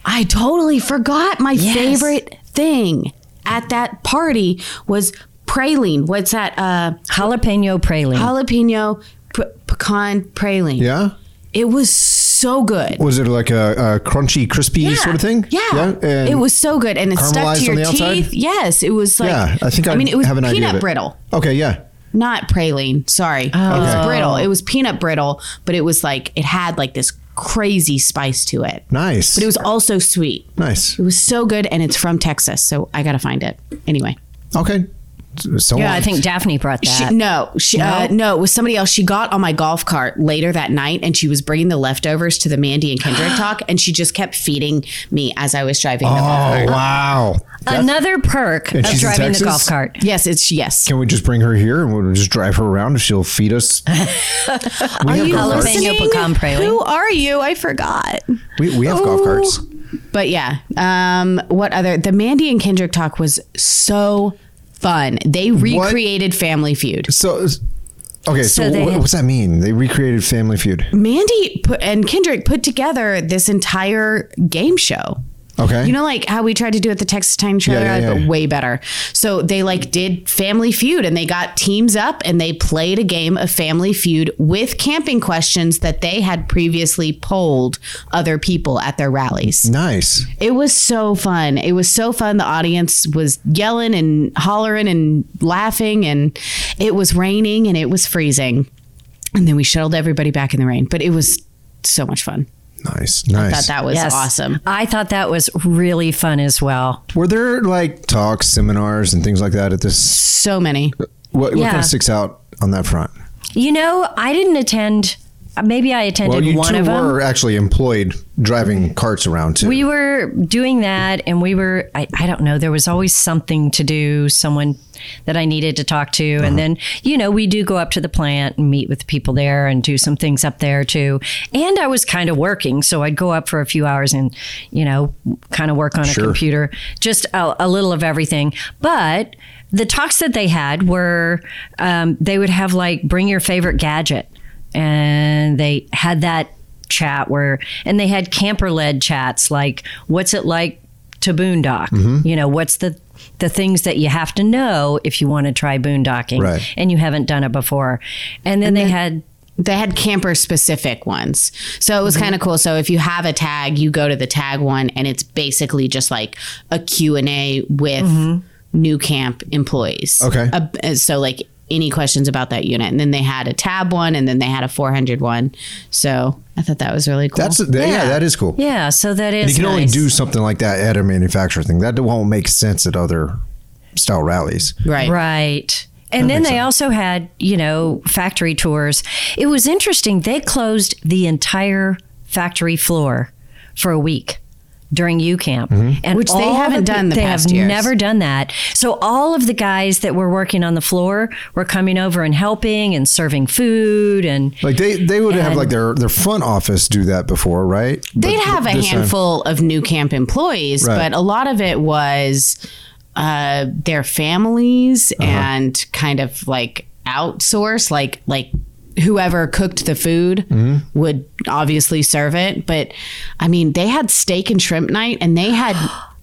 [SPEAKER 1] I totally forgot my favorite thing. at that party was praline. What's that? Uh,
[SPEAKER 3] Jalapeno praline.
[SPEAKER 1] jalapeno p- pecan praline.
[SPEAKER 2] Yeah.
[SPEAKER 1] It was so good.
[SPEAKER 2] Was it like a, a crunchy, crispy sort of thing?
[SPEAKER 1] Yeah.
[SPEAKER 2] And
[SPEAKER 1] it was so good. And it stuck
[SPEAKER 2] caramelized
[SPEAKER 1] to
[SPEAKER 2] on
[SPEAKER 1] your
[SPEAKER 2] the
[SPEAKER 1] teeth.
[SPEAKER 2] outside?
[SPEAKER 1] Yes. It was like,
[SPEAKER 2] Yeah, I think I
[SPEAKER 1] mean, it was
[SPEAKER 2] have an idea
[SPEAKER 1] peanut
[SPEAKER 2] of it.
[SPEAKER 1] brittle,
[SPEAKER 2] Okay. Yeah.
[SPEAKER 1] not praline. Sorry. It
[SPEAKER 2] Okay.
[SPEAKER 1] was brittle. It was peanut brittle, but it was like, it had like this crazy spice to it.
[SPEAKER 2] Nice.
[SPEAKER 1] But it was also sweet.
[SPEAKER 2] nice.
[SPEAKER 1] It was so good. And it's from Texas. So I got to find it. Anyway.
[SPEAKER 2] Okay. So
[SPEAKER 3] yeah, I think Daphne brought that.
[SPEAKER 1] She, no, she, Uh, no, it was somebody else. She got on my golf cart later that night and she was bringing the leftovers to the Mandy and Kendrick talk and she just kept feeding me as I was driving the golf
[SPEAKER 2] Oh
[SPEAKER 1] cart.
[SPEAKER 2] wow!
[SPEAKER 3] Another perk of
[SPEAKER 2] And she's in
[SPEAKER 3] driving the
[SPEAKER 2] Texas?
[SPEAKER 3] golf cart.
[SPEAKER 1] Yes, it's yes.
[SPEAKER 2] Can we just bring her here and we'll just drive her around and she'll feed us? we have
[SPEAKER 3] you
[SPEAKER 2] golf carts.
[SPEAKER 3] listening? pecan praline.
[SPEAKER 1] Who are you? I forgot.
[SPEAKER 2] We, we have golf carts.
[SPEAKER 1] But yeah, um, what other? The Mandy and Kendrick talk was so fun. They recreated Family Feud.
[SPEAKER 2] So, okay. So,
[SPEAKER 3] So they-
[SPEAKER 2] what, what's that mean? They recreated Family Feud.
[SPEAKER 1] Mandy put, and Kendrick put together this entire game show.
[SPEAKER 2] Okay.
[SPEAKER 1] You know, like how we tried to do at the Texas Time Trailer,
[SPEAKER 2] Yeah, yeah,
[SPEAKER 1] Rally,
[SPEAKER 2] yeah.
[SPEAKER 1] but way better. So they like did Family Feud and they got teams up and they played a game of Family Feud with camping questions that they had previously polled other people at their rallies.
[SPEAKER 2] nice.
[SPEAKER 1] It was so fun. It was so fun. The audience was yelling and hollering and laughing, and it was raining and it was freezing. And then we shuttled everybody back in the rain, but it was so much fun.
[SPEAKER 2] Nice. Nice.
[SPEAKER 1] Thought that was
[SPEAKER 3] Yes.
[SPEAKER 1] awesome.
[SPEAKER 3] I thought that was really fun as well.
[SPEAKER 2] Were there like talks, seminars, and things like that at this?
[SPEAKER 1] So many.
[SPEAKER 2] What, what kind
[SPEAKER 3] Yeah.
[SPEAKER 2] of sticks out on that front?
[SPEAKER 3] You know, I didn't attend. Maybe I attended
[SPEAKER 2] Well, you
[SPEAKER 3] one
[SPEAKER 2] two
[SPEAKER 3] of them.
[SPEAKER 2] were actually employed driving carts around too.
[SPEAKER 3] we were doing that, and we were. I, I don't know. There was always something to do. Someone that I needed to talk to, and then you know, we do go up to the plant and meet with people there and do some things up there too. And I was kind of working, so I'd go up for a few hours and you know, kind of work on
[SPEAKER 2] Sure.
[SPEAKER 3] a computer, just a, a little of everything, but. The talks that they had were um, they would have like bring your favorite gadget and they had that chat where and they had camper led chats like what's it like to boondock
[SPEAKER 2] Mm-hmm.
[SPEAKER 3] you know what's the the things that you have to know if you want to try boondocking
[SPEAKER 2] Right.
[SPEAKER 3] and you haven't done it before and then they had
[SPEAKER 1] they had camper specific ones. So it was kind of
[SPEAKER 2] Mm-hmm.
[SPEAKER 1] cool. So if you have a tag, you go to the tag one and it's basically just like a Q&A with new camp employees.
[SPEAKER 2] Mm-hmm. Okay.
[SPEAKER 1] A- so like any questions about that unit. And then they had a tab one and then they had a 400 one. So I thought that was really cool.
[SPEAKER 2] That's yeah.
[SPEAKER 3] Yeah.
[SPEAKER 2] that is cool.
[SPEAKER 3] yeah so that
[SPEAKER 2] You
[SPEAKER 3] is
[SPEAKER 2] can only
[SPEAKER 3] nice.
[SPEAKER 2] do something like that at a manufacturer thing. That won't make sense at other style rallies.
[SPEAKER 1] right.
[SPEAKER 3] Right. And then they also had, you know, factory tours. It was interesting. They closed the entire factory floor for a week during U Camp. And
[SPEAKER 1] Which they
[SPEAKER 3] all
[SPEAKER 1] haven't
[SPEAKER 3] pe-
[SPEAKER 1] done the
[SPEAKER 3] they
[SPEAKER 1] past
[SPEAKER 3] have
[SPEAKER 1] years.
[SPEAKER 3] never done that. So all of the guys that were working on the floor were coming over and helping and serving food and
[SPEAKER 2] Like they they would have
[SPEAKER 3] And-
[SPEAKER 2] like their their front office do that before, right?
[SPEAKER 1] They'd have a
[SPEAKER 2] this time-
[SPEAKER 1] handful of new camp employees,
[SPEAKER 2] Right.
[SPEAKER 1] but a lot of it was uh, their families
[SPEAKER 2] Uh-huh.
[SPEAKER 1] and kind of like outsource, like like whoever cooked the food
[SPEAKER 2] Mm-hmm.
[SPEAKER 1] would obviously serve it. But I mean, they had steak and shrimp night, and they had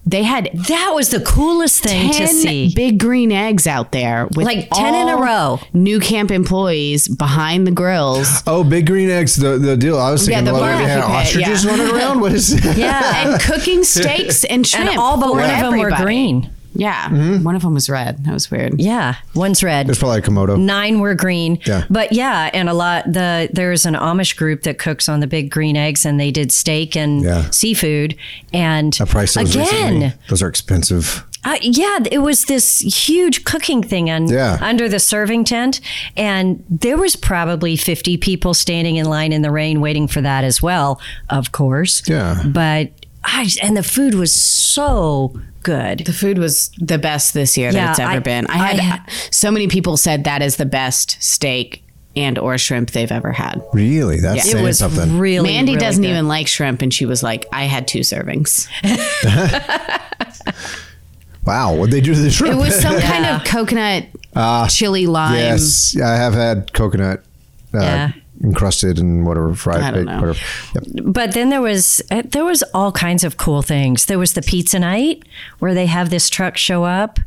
[SPEAKER 1] they had
[SPEAKER 3] that was the coolest thing to
[SPEAKER 1] ten
[SPEAKER 3] see.
[SPEAKER 1] big green eggs out there with
[SPEAKER 3] Like 10 in a
[SPEAKER 1] all
[SPEAKER 3] row.
[SPEAKER 1] New camp employees behind the grills.
[SPEAKER 2] Oh, big green eggs, the, the deal. I was
[SPEAKER 1] Yeah,
[SPEAKER 2] thinking
[SPEAKER 1] the
[SPEAKER 2] like, they had
[SPEAKER 1] barbecue pit,
[SPEAKER 2] ostriches
[SPEAKER 1] yeah.
[SPEAKER 2] running around. What is that?
[SPEAKER 3] Yeah.
[SPEAKER 1] and cooking steaks and shrimp.
[SPEAKER 3] And all but
[SPEAKER 1] for
[SPEAKER 3] one of them were
[SPEAKER 1] everybody.
[SPEAKER 3] green.
[SPEAKER 1] Yeah. One of them was red. That was weird.
[SPEAKER 3] Yeah. One's red.
[SPEAKER 2] It's probably a Komodo.
[SPEAKER 3] nine were green
[SPEAKER 2] Yeah.
[SPEAKER 3] but yeah and a lot the there's an amish group that cooks on the big green eggs and they did steak and
[SPEAKER 2] Yeah.
[SPEAKER 3] seafood and
[SPEAKER 2] I priced those
[SPEAKER 3] again
[SPEAKER 2] recently. Those are expensive.
[SPEAKER 3] uh, yeah it was this huge cooking thing on,
[SPEAKER 2] Yeah.
[SPEAKER 3] under the serving tent and there was probably 50 people standing in line in the rain waiting for that as well of course
[SPEAKER 2] Yeah.
[SPEAKER 3] but I, and the food was so good
[SPEAKER 1] The food was the best this year that
[SPEAKER 3] Yeah,
[SPEAKER 1] it's ever
[SPEAKER 3] I-
[SPEAKER 1] been. I had
[SPEAKER 3] I had-
[SPEAKER 1] so many people said that is the best steak and or shrimp they've ever had.
[SPEAKER 2] Really? That's
[SPEAKER 3] it
[SPEAKER 2] saying
[SPEAKER 3] was
[SPEAKER 2] something.
[SPEAKER 3] really
[SPEAKER 1] Mandy
[SPEAKER 3] really
[SPEAKER 1] doesn't
[SPEAKER 3] good.
[SPEAKER 1] even like shrimp and she was like, I had two servings.
[SPEAKER 2] wow. What they do to the shrimp?
[SPEAKER 1] It was some kind Ah, of coconut chili lime.
[SPEAKER 2] yes. I have had coconut uh,
[SPEAKER 3] Yeah.
[SPEAKER 2] encrusted and whatever fried.
[SPEAKER 1] I don't
[SPEAKER 2] baked,
[SPEAKER 1] know.
[SPEAKER 2] Whatever. Yep.
[SPEAKER 3] But then there was uh, there was all kinds of cool things. There was the pizza night where they have this truck show up.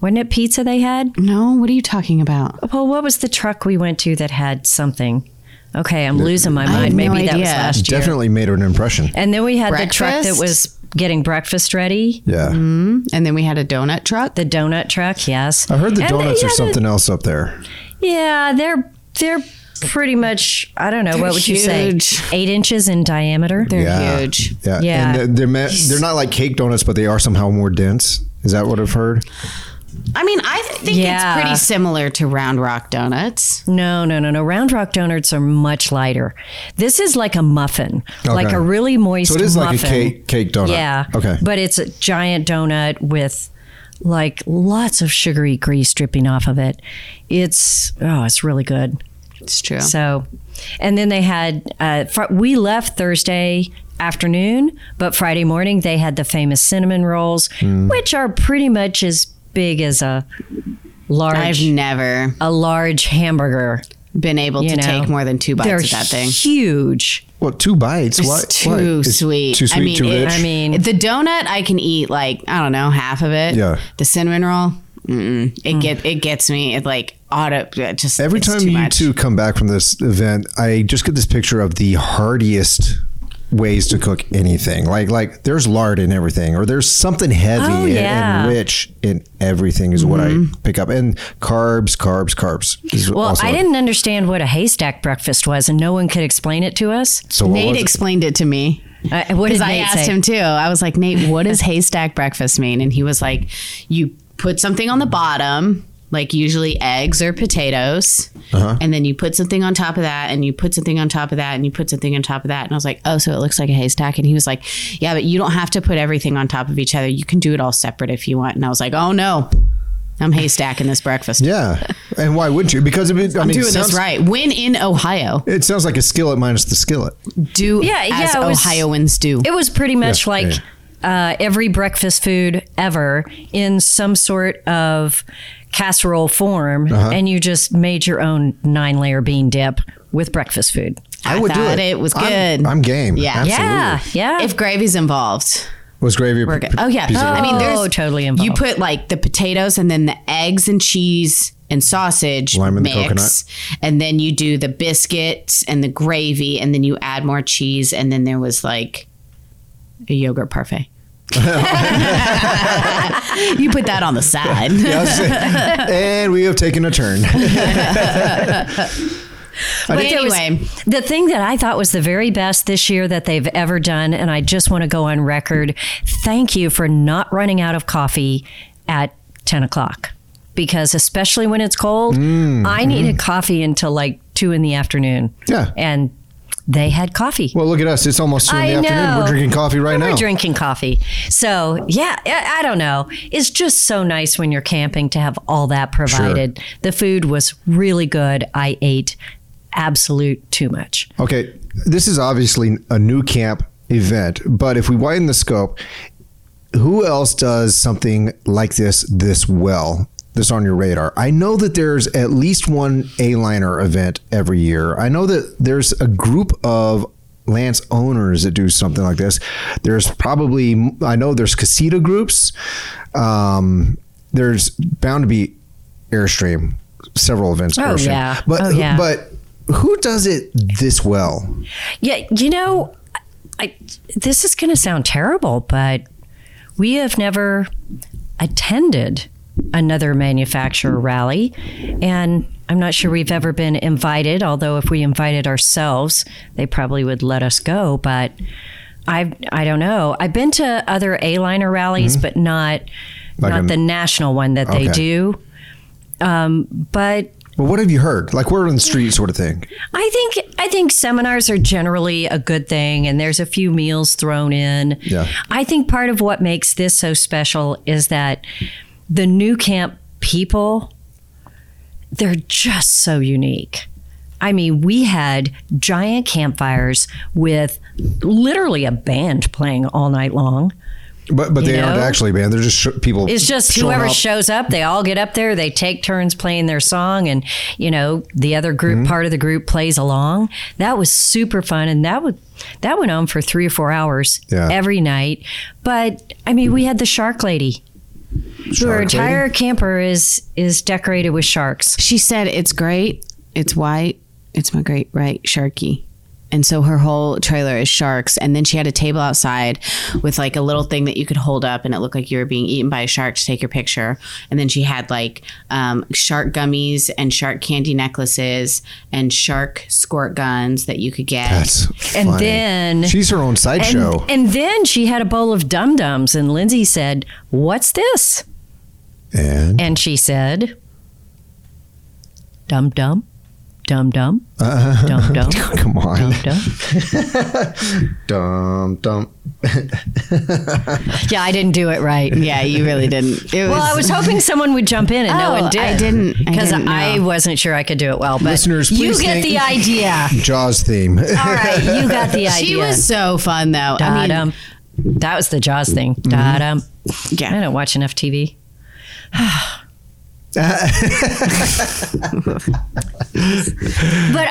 [SPEAKER 3] Wasn't it pizza they had?
[SPEAKER 1] No, what are you talking about?
[SPEAKER 3] Well, what was the truck we went to that had something? Okay, I'm losing my
[SPEAKER 1] have
[SPEAKER 3] mind. Maybe
[SPEAKER 1] no
[SPEAKER 3] that was
[SPEAKER 1] idea.
[SPEAKER 3] last year.
[SPEAKER 2] Definitely made an impression.
[SPEAKER 3] And then we had the truck that
[SPEAKER 1] Breakfast?
[SPEAKER 3] was getting breakfast ready.
[SPEAKER 2] Yeah.
[SPEAKER 1] And then we had a donut truck.
[SPEAKER 3] The donut truck, yes.
[SPEAKER 2] I heard the
[SPEAKER 3] And they-
[SPEAKER 2] donuts
[SPEAKER 3] yeah,
[SPEAKER 2] are
[SPEAKER 3] the-
[SPEAKER 2] something else up there.
[SPEAKER 3] yeah, they're they're pretty much. I don't know. what would you
[SPEAKER 1] huge.
[SPEAKER 3] say? Eight inches in diameter.
[SPEAKER 1] They're
[SPEAKER 2] Yeah.
[SPEAKER 1] huge.
[SPEAKER 2] Yeah.
[SPEAKER 3] Yeah.
[SPEAKER 2] And they're, they're, ma- they're not like cake donuts, but they are somehow more dense. Is that what I've heard?
[SPEAKER 1] I mean, I think
[SPEAKER 3] Yeah.
[SPEAKER 1] it's pretty similar to Round Rock donuts.
[SPEAKER 3] No, no, no, no. Round rock donuts are much lighter. This is like a muffin, like
[SPEAKER 2] Okay.
[SPEAKER 3] a really moist.
[SPEAKER 2] So it is
[SPEAKER 3] muffin.
[SPEAKER 2] like a cake cake donut.
[SPEAKER 3] Yeah.
[SPEAKER 2] Okay.
[SPEAKER 3] But it's a giant donut with like lots of sugary grease dripping off of it. It's oh, it's really good.
[SPEAKER 1] It's true.
[SPEAKER 3] So, and then they had uh, fr- we left Thursday afternoon, but Friday morning they had the famous cinnamon rolls,
[SPEAKER 2] Mm.
[SPEAKER 3] which are pretty much as big as a
[SPEAKER 1] I've
[SPEAKER 3] large
[SPEAKER 1] never
[SPEAKER 3] a large hamburger.
[SPEAKER 1] been able to
[SPEAKER 3] know,
[SPEAKER 1] take more than two
[SPEAKER 3] They're
[SPEAKER 1] bites of that thing.
[SPEAKER 3] huge.
[SPEAKER 2] well, two bites. Why-
[SPEAKER 1] too
[SPEAKER 2] why? It's
[SPEAKER 1] sweet.
[SPEAKER 2] Too sweet.
[SPEAKER 1] I mean,
[SPEAKER 2] too
[SPEAKER 1] it-
[SPEAKER 2] rich.
[SPEAKER 3] I mean,
[SPEAKER 1] The donut I can eat like I don't know half of it.
[SPEAKER 2] Yeah.
[SPEAKER 1] The cinnamon roll, mm-mm.
[SPEAKER 3] Mm.
[SPEAKER 1] it get it gets me. It like auto it just
[SPEAKER 2] Every
[SPEAKER 1] it's
[SPEAKER 2] time
[SPEAKER 1] too
[SPEAKER 2] you
[SPEAKER 1] much.
[SPEAKER 2] two come back from this event, I just get this picture of the hardiest ways to cook anything. Like like there's lard in everything, or there's something heavy
[SPEAKER 3] Oh,
[SPEAKER 2] and,
[SPEAKER 3] yeah. Mm-hmm.
[SPEAKER 2] and rich in everything is what I pick up. And carbs, carbs, carbs. is
[SPEAKER 3] Well,
[SPEAKER 2] also-
[SPEAKER 3] I didn't understand what a haystack breakfast was, and no one could explain it to us.
[SPEAKER 2] So what
[SPEAKER 1] Nate
[SPEAKER 2] was it?
[SPEAKER 1] explained it to me.
[SPEAKER 3] Uh, what did
[SPEAKER 1] Because I
[SPEAKER 3] Nate
[SPEAKER 1] asked
[SPEAKER 3] say?
[SPEAKER 1] him too. I was like, Nate, what does haystack breakfast mean? And he was like, you put something on the bottom, like usually eggs or potatoes,
[SPEAKER 2] Uh-huh.
[SPEAKER 1] and then you put something on top of that, and you put something on top of that, and you put something on top of that. And I was like, oh, so it looks like a haystack. And he was like, yeah, but you don't have to put everything on top of each other. You can do it all separate if you want. And I was like, oh no, I'm haystacking this breakfast.
[SPEAKER 2] Yeah. And why wouldn't you? Because it, I
[SPEAKER 1] I'm
[SPEAKER 2] mean, it
[SPEAKER 1] doing
[SPEAKER 2] sounds,
[SPEAKER 1] this right. When in Ohio,
[SPEAKER 2] it sounds like a skillet minus the skillet.
[SPEAKER 1] do
[SPEAKER 3] Yeah,
[SPEAKER 1] as
[SPEAKER 3] yeah, it was-
[SPEAKER 1] Ohioans do.
[SPEAKER 3] It was pretty much
[SPEAKER 2] Yeah,
[SPEAKER 3] like Uh, every breakfast food ever in some sort of casserole form,
[SPEAKER 1] Uh-huh.
[SPEAKER 3] and you just made your own nine layer bean dip with breakfast food.
[SPEAKER 1] I,
[SPEAKER 2] would do
[SPEAKER 1] thought
[SPEAKER 2] it.
[SPEAKER 1] it was
[SPEAKER 2] I'm-
[SPEAKER 1] good.
[SPEAKER 2] I'm game.
[SPEAKER 1] Yeah.
[SPEAKER 2] Absolutely.
[SPEAKER 3] Yeah, yeah.
[SPEAKER 1] If gravy's involved.
[SPEAKER 2] Was gravy?
[SPEAKER 1] We're good. Oh yeah.
[SPEAKER 2] piece of-
[SPEAKER 1] I mean, there's
[SPEAKER 3] Oh, totally involved.
[SPEAKER 1] You put like the potatoes and then the eggs and cheese and sausage
[SPEAKER 2] Lime and the
[SPEAKER 1] mix,
[SPEAKER 2] coconut.
[SPEAKER 1] and then you do the biscuits and the gravy, and then you add more cheese, and then there was like a yogurt parfait. you put that on the side.
[SPEAKER 2] I was saying- and we have taken a turn.
[SPEAKER 1] But
[SPEAKER 3] But there was-
[SPEAKER 1] anyway,
[SPEAKER 3] the thing that I thought was the very best this year that they've ever done, and I just want to go on record thank you for not running out of coffee at 10 o'clock. Because especially when it's cold, I needed coffee until like two in the afternoon.
[SPEAKER 2] Yeah.
[SPEAKER 3] And they had coffee.
[SPEAKER 2] Well, look at us. It's almost two in
[SPEAKER 3] I
[SPEAKER 2] the afternoon. We're
[SPEAKER 3] know.
[SPEAKER 2] drinking coffee right
[SPEAKER 3] We're
[SPEAKER 2] now.
[SPEAKER 3] drinking coffee. So, yeah, I I don't know. It's just so nice when you're camping to have all that provided. The food was really good. I ate absolute too much.
[SPEAKER 2] Okay, this is obviously a new camp event, but if we widen the scope, who else does something like this this well? This on your radar. I know that there's at least one A-liner event every year. I know that there's a group of Lance owners that do something like this. There's probably I know there's casita groups. Um, there's bound to be Airstream several events.
[SPEAKER 3] Oh,
[SPEAKER 2] Airstream.
[SPEAKER 3] yeah.
[SPEAKER 2] but
[SPEAKER 3] Oh, yeah.
[SPEAKER 2] but who does it this well?
[SPEAKER 3] Yeah, you know, I this is going to sound terrible, but we have never attended another manufacturer rally and I'm not sure we've ever been invited, although if we invited ourselves, they probably would let us go, but I I don't know. I've been to other A-liner rallies, but not
[SPEAKER 2] Mm-hmm. Like
[SPEAKER 3] not
[SPEAKER 2] an-
[SPEAKER 3] the national one that they
[SPEAKER 2] Okay.
[SPEAKER 3] do. Um, but
[SPEAKER 2] But what have you heard? Like word on the street sort of thing.
[SPEAKER 3] I think I think seminars are generally a good thing, and there's a few meals thrown in.
[SPEAKER 2] Yeah.
[SPEAKER 3] I think part of what makes this so special is that the new camp people, they're just so unique. I mean, we had giant campfires with literally a band playing all night long.
[SPEAKER 2] But but
[SPEAKER 3] You
[SPEAKER 2] they aren't
[SPEAKER 3] know?
[SPEAKER 2] actually banned. They're just sh- people.
[SPEAKER 3] It's just
[SPEAKER 2] showing
[SPEAKER 3] whoever
[SPEAKER 2] up.
[SPEAKER 3] shows up, they all get up there, they take turns playing their song, and you know the other group,
[SPEAKER 2] Mm-hmm.
[SPEAKER 3] part of the group, plays along. That was super fun, and that would that went on for three or four hours
[SPEAKER 2] Yeah.
[SPEAKER 3] every night. But I mean, we had the shark lady. Her
[SPEAKER 2] Shark lady?
[SPEAKER 3] entire camper is is decorated with sharks.
[SPEAKER 1] She said it's great, it's white, it's my great right sharky. And so her whole trailer is sharks. And then she had a table outside with like a little thing that you could hold up and it looked like you were being eaten by a shark to take your picture. And then she had like um, shark gummies and shark candy necklaces and shark squirt guns that you could get.
[SPEAKER 2] That's
[SPEAKER 3] And
[SPEAKER 2] funny.
[SPEAKER 3] then-
[SPEAKER 2] she's her own
[SPEAKER 3] And,
[SPEAKER 2] sideshow.
[SPEAKER 3] and then she had a bowl of dum dums, and Lindsay said, "What's this?"
[SPEAKER 2] And,
[SPEAKER 3] And she said, "Dum dum, dum dum, dum dum."
[SPEAKER 2] uh, come on,
[SPEAKER 3] Dum.
[SPEAKER 2] dum dum.
[SPEAKER 3] Yeah, I didn't do it right.
[SPEAKER 1] Yeah, you really didn't. It
[SPEAKER 3] Well,
[SPEAKER 1] was,
[SPEAKER 3] I was hoping someone would jump in, and no
[SPEAKER 1] Oh,
[SPEAKER 3] one did.
[SPEAKER 1] I didn't- I
[SPEAKER 3] because
[SPEAKER 1] didn't
[SPEAKER 3] I,
[SPEAKER 1] know.
[SPEAKER 3] wasn't sure I could do it well. But
[SPEAKER 2] Listeners,
[SPEAKER 3] you
[SPEAKER 2] please
[SPEAKER 3] get
[SPEAKER 2] thank-
[SPEAKER 3] the idea.
[SPEAKER 2] Jaws theme.
[SPEAKER 3] All right, you got the idea.
[SPEAKER 1] she was so fun though. I mean,
[SPEAKER 3] Da-dum. that was the Jaws thing. Da-dum. I
[SPEAKER 1] yeah.
[SPEAKER 3] don't watch enough TV. but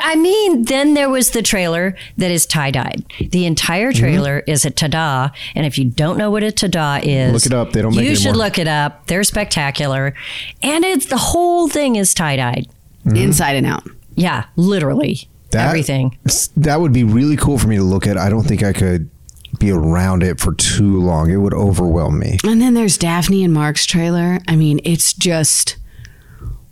[SPEAKER 3] I mean, then there was the trailer that is tie dyed. The entire
[SPEAKER 2] Mm-hmm.
[SPEAKER 3] trailer is a ta-da, and if you don't know what a ta-da is,
[SPEAKER 2] Look it up. They don't make
[SPEAKER 3] You
[SPEAKER 2] it
[SPEAKER 3] should
[SPEAKER 2] anymore.
[SPEAKER 3] look it up. They're spectacular, and it's the whole thing is tie dyed.
[SPEAKER 1] inside and out.
[SPEAKER 3] Yeah, literally
[SPEAKER 2] That-
[SPEAKER 3] everything.
[SPEAKER 2] That would be really cool for me to look at. I don't think I could be around it for too long. It would overwhelm me.
[SPEAKER 1] And then there's Daphne and Mark's trailer. I mean, it's just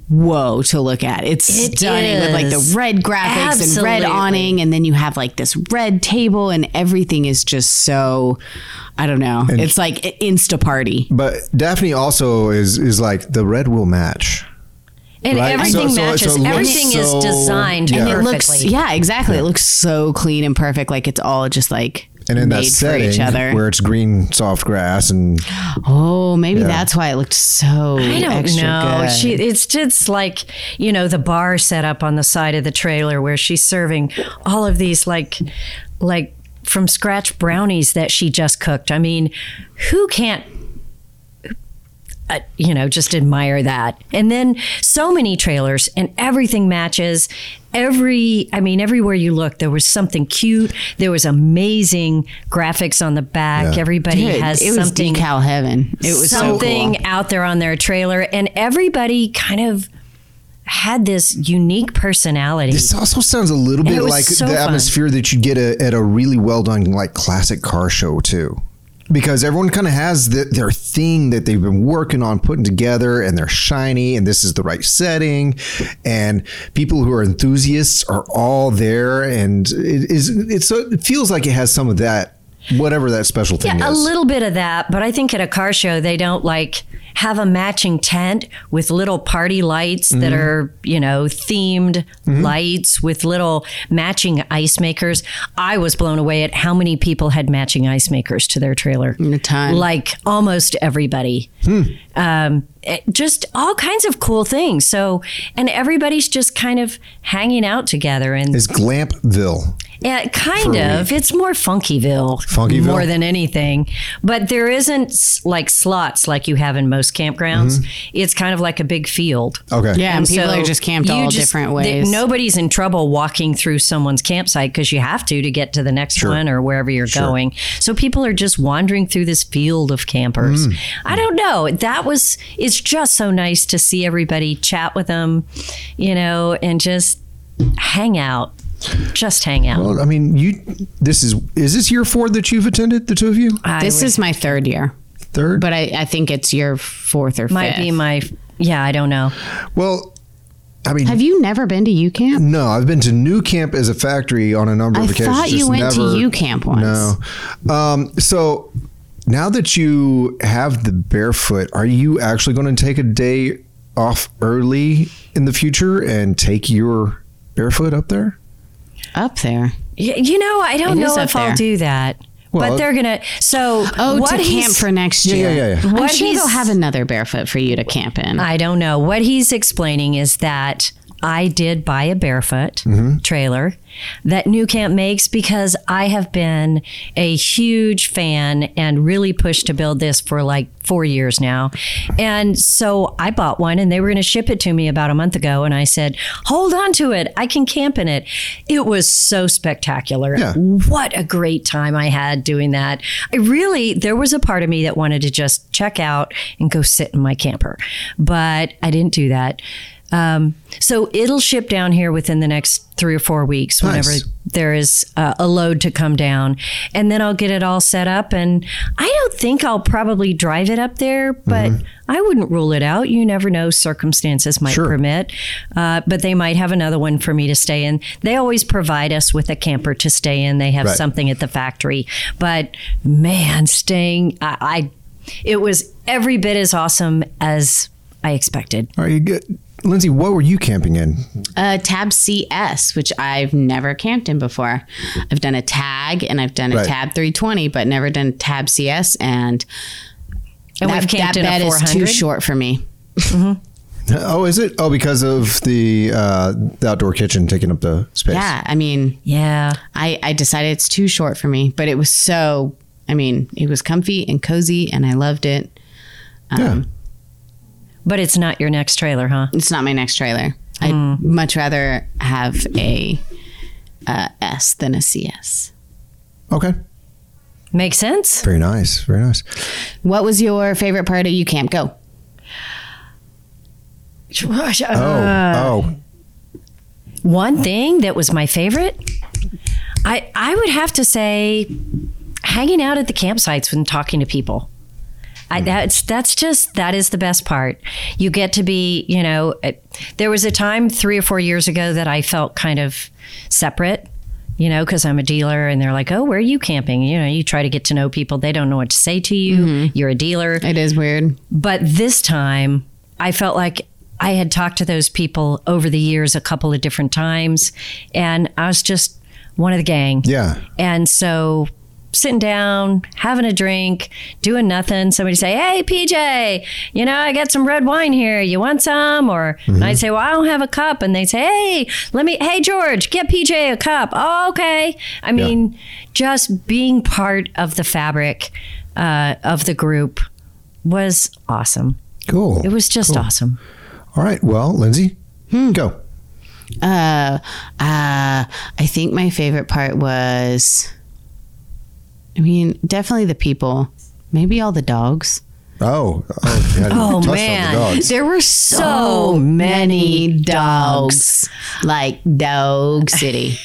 [SPEAKER 1] whoa to look at. It's
[SPEAKER 3] It
[SPEAKER 1] stunning with like the
[SPEAKER 3] is.
[SPEAKER 1] red graphics and red
[SPEAKER 3] Absolutely.
[SPEAKER 1] awning, and then you have like this red table, and everything is just so I don't know. it's like insta party.
[SPEAKER 2] But Daphne also is is like the red will match.
[SPEAKER 3] And
[SPEAKER 2] Right.
[SPEAKER 3] everything
[SPEAKER 2] So- so- so
[SPEAKER 3] matches.
[SPEAKER 2] it looks
[SPEAKER 3] everything
[SPEAKER 2] so-
[SPEAKER 3] is designed
[SPEAKER 2] And
[SPEAKER 1] It
[SPEAKER 3] perfectly.
[SPEAKER 1] looks yeah, exactly. It looks so clean and perfect. Like it's all just like
[SPEAKER 2] And in
[SPEAKER 1] made
[SPEAKER 2] that setting
[SPEAKER 1] for each other.
[SPEAKER 2] where it's green soft grass and
[SPEAKER 1] oh, maybe that's why it looked so
[SPEAKER 3] I don't
[SPEAKER 1] extra
[SPEAKER 3] know.
[SPEAKER 1] good.
[SPEAKER 3] She it's just like, you know, the bar set up on the side of the trailer where she's serving all of these like like from scratch brownies that she just cooked. I mean, who can't uh, you know, just admire that. And then so many trailers and everything matches. Every, I mean, everywhere you look, there was something cute. There was amazing graphics on the back.
[SPEAKER 2] Yeah.
[SPEAKER 3] Everybody
[SPEAKER 1] Dude,
[SPEAKER 3] has
[SPEAKER 1] it was
[SPEAKER 3] something
[SPEAKER 1] decal heaven. It was so cool.
[SPEAKER 3] something out there on their trailer, and everybody kind of had this unique personality.
[SPEAKER 2] This also sounds a little
[SPEAKER 3] it
[SPEAKER 2] bit
[SPEAKER 3] was
[SPEAKER 2] like
[SPEAKER 3] so
[SPEAKER 2] the
[SPEAKER 3] fun.
[SPEAKER 2] atmosphere that you get a, at a really well done like classic car show too. Because everyone kind of has the, their thing that they've been working on putting together and they're shiny and this is the right setting and people who are enthusiasts are all there and it is it's so it feels like it has some of that whatever that special thing
[SPEAKER 3] yeah, a
[SPEAKER 2] is.
[SPEAKER 3] little bit of that, but I think at a car show they don't like have a matching tent with little party lights that
[SPEAKER 1] Mm-hmm.
[SPEAKER 3] are, you know, themed lights with little matching ice makers. I was blown away at how many people had matching ice makers to their trailer.
[SPEAKER 1] A ton.
[SPEAKER 3] like almost everybody.
[SPEAKER 2] Hmm.
[SPEAKER 3] Um, it- just all kinds of cool things. So, and everybody's just kind of hanging out together and
[SPEAKER 2] is Glampville.
[SPEAKER 3] yeah, kind of. It's more Funkyville,
[SPEAKER 2] Funkyville?
[SPEAKER 3] more than anything. But there isn't s- like slots like you have in most campgrounds.
[SPEAKER 2] Mm-hmm.
[SPEAKER 3] It's kind of like a big field.
[SPEAKER 2] Okay.
[SPEAKER 1] Yeah, and people are just camped
[SPEAKER 3] you
[SPEAKER 1] all
[SPEAKER 3] just-
[SPEAKER 1] different
[SPEAKER 3] th-
[SPEAKER 1] ways.
[SPEAKER 3] nobody's in trouble walking through someone's campsite because you have to to get to the next one or wherever you're going. So people are just wandering through this field of campers.
[SPEAKER 2] Mm.
[SPEAKER 3] I don't know. That was, it's just so nice to see everybody chat with them, you know, and just hang out. Just hang out.
[SPEAKER 2] Well, I mean, you. This is is this year four that you've attended the two of you?
[SPEAKER 3] I
[SPEAKER 1] this is my third year.
[SPEAKER 2] Third.
[SPEAKER 1] But I, I think it's your fourth or
[SPEAKER 3] might
[SPEAKER 1] fifth.
[SPEAKER 3] be my yeah i don't know
[SPEAKER 2] well, I mean,
[SPEAKER 1] Have you never been to U Camp?
[SPEAKER 2] No, I've been to New Camp as a factory on a number
[SPEAKER 1] I
[SPEAKER 2] of occasions.
[SPEAKER 1] thought you
[SPEAKER 2] just
[SPEAKER 1] went
[SPEAKER 2] never-
[SPEAKER 1] to U Camp once.
[SPEAKER 2] No. Um, so now that you have the barefoot, are you actually going to take a day off early in the future and take your barefoot up there?
[SPEAKER 1] Up there.
[SPEAKER 3] Y- you know i don't
[SPEAKER 1] It is
[SPEAKER 3] know
[SPEAKER 1] up
[SPEAKER 3] if i'll
[SPEAKER 1] there.
[SPEAKER 3] do that
[SPEAKER 2] Well-
[SPEAKER 3] but they're gonna so
[SPEAKER 1] Oh,
[SPEAKER 3] what
[SPEAKER 1] to
[SPEAKER 3] he's-
[SPEAKER 1] camp for next year.
[SPEAKER 2] yeah, yeah, yeah.
[SPEAKER 1] I'm
[SPEAKER 3] What
[SPEAKER 1] sure
[SPEAKER 3] he's-
[SPEAKER 1] they'll have another barefoot for you to camp in.
[SPEAKER 3] i don't know what he's explaining is that I did buy a barefoot trailer that New Camp makes because I have been a huge fan and really pushed to build this for like four years now. And so I bought one and they were going to ship it to me about a month ago. And I said, hold on to it. I can camp in it. It was so spectacular.
[SPEAKER 2] Yeah.
[SPEAKER 3] What a great time I had doing that. I really, there was a part of me that wanted to just check out and go sit in my camper, but I didn't do that. Um, so it'll ship down here within the next three or four weeks, whenever
[SPEAKER 2] Nice.
[SPEAKER 3] there is uh, a load to come down, and then I'll get it all set up. And I don't think I'll probably drive it up there, but
[SPEAKER 2] Mm-hmm.
[SPEAKER 3] I wouldn't rule it out. You never know; circumstances might
[SPEAKER 2] Sure.
[SPEAKER 3] permit, uh, but they might have another one for me to stay in. They always provide us with a camper to stay in. They have
[SPEAKER 2] Right.
[SPEAKER 3] something at the factory, but man, staying, I, I it was every bit as awesome as I expected.
[SPEAKER 2] All right, good. Lindsay, what were you camping in?
[SPEAKER 1] a Uh, tab CS, which I've never camped in before. I've done a tag and I've done a
[SPEAKER 2] Right.
[SPEAKER 1] tab 320, but never done tab CS. And,
[SPEAKER 3] And
[SPEAKER 1] that,
[SPEAKER 3] we've camped
[SPEAKER 1] that
[SPEAKER 3] in a
[SPEAKER 1] bed is too
[SPEAKER 3] 400.
[SPEAKER 1] short for me.
[SPEAKER 2] Oh, is it? Oh, because of the uh, the outdoor kitchen taking up the space.
[SPEAKER 1] Yeah, I mean,
[SPEAKER 3] Yeah.
[SPEAKER 1] I, I decided it's too short for me, but it was so, I mean, it was comfy and cozy and I loved it. Um,
[SPEAKER 2] Yeah.
[SPEAKER 3] But it's not your next trailer, huh?
[SPEAKER 1] It's not my next trailer. I'd
[SPEAKER 3] Hmm.
[SPEAKER 1] much rather have a uh, S than a CS.
[SPEAKER 2] Okay.
[SPEAKER 3] Makes sense.
[SPEAKER 2] Very nice. Very nice.
[SPEAKER 1] What was your favorite part of you camp? Go.
[SPEAKER 2] Oh, oh,
[SPEAKER 3] One thing that was my favorite, I I would have to say, hanging out at the campsites and talking to people. I, that's that's just that is the best part. You get to be, you know, it, there was a time three or four years ago that I felt kind of separate, you know, because I'm a dealer, and they're like, "Oh, where are you camping?" You know, you try to get to know people. They don't know what to say to you. You're a dealer.
[SPEAKER 1] It is weird.
[SPEAKER 3] But this time, I felt like I had talked to those people over the years a couple of different times, and I was just one of the gang.
[SPEAKER 2] yeah.
[SPEAKER 3] And so sitting down, having a drink, doing nothing, somebody say, Hey, PJ, you know, I got some red wine here. You want some? Or and I'd say, Well, I don't have a cup. And they'd say, Hey, let me, hey, George, get PJ a cup. Oh, okay. I mean, just being part of the fabric uh, of the group was awesome.
[SPEAKER 2] Cool.
[SPEAKER 3] It was just awesome.
[SPEAKER 2] All right. Well, Lindsay,
[SPEAKER 1] Hmm.
[SPEAKER 2] go.
[SPEAKER 1] Uh, uh, I think my favorite part was, I mean, definitely the people, maybe all the dogs.
[SPEAKER 2] Oh, oh, yeah,
[SPEAKER 3] Oh,
[SPEAKER 2] touched on the
[SPEAKER 3] man.
[SPEAKER 2] dogs.
[SPEAKER 1] There were so,
[SPEAKER 3] So many
[SPEAKER 1] many dogs, like Dog City.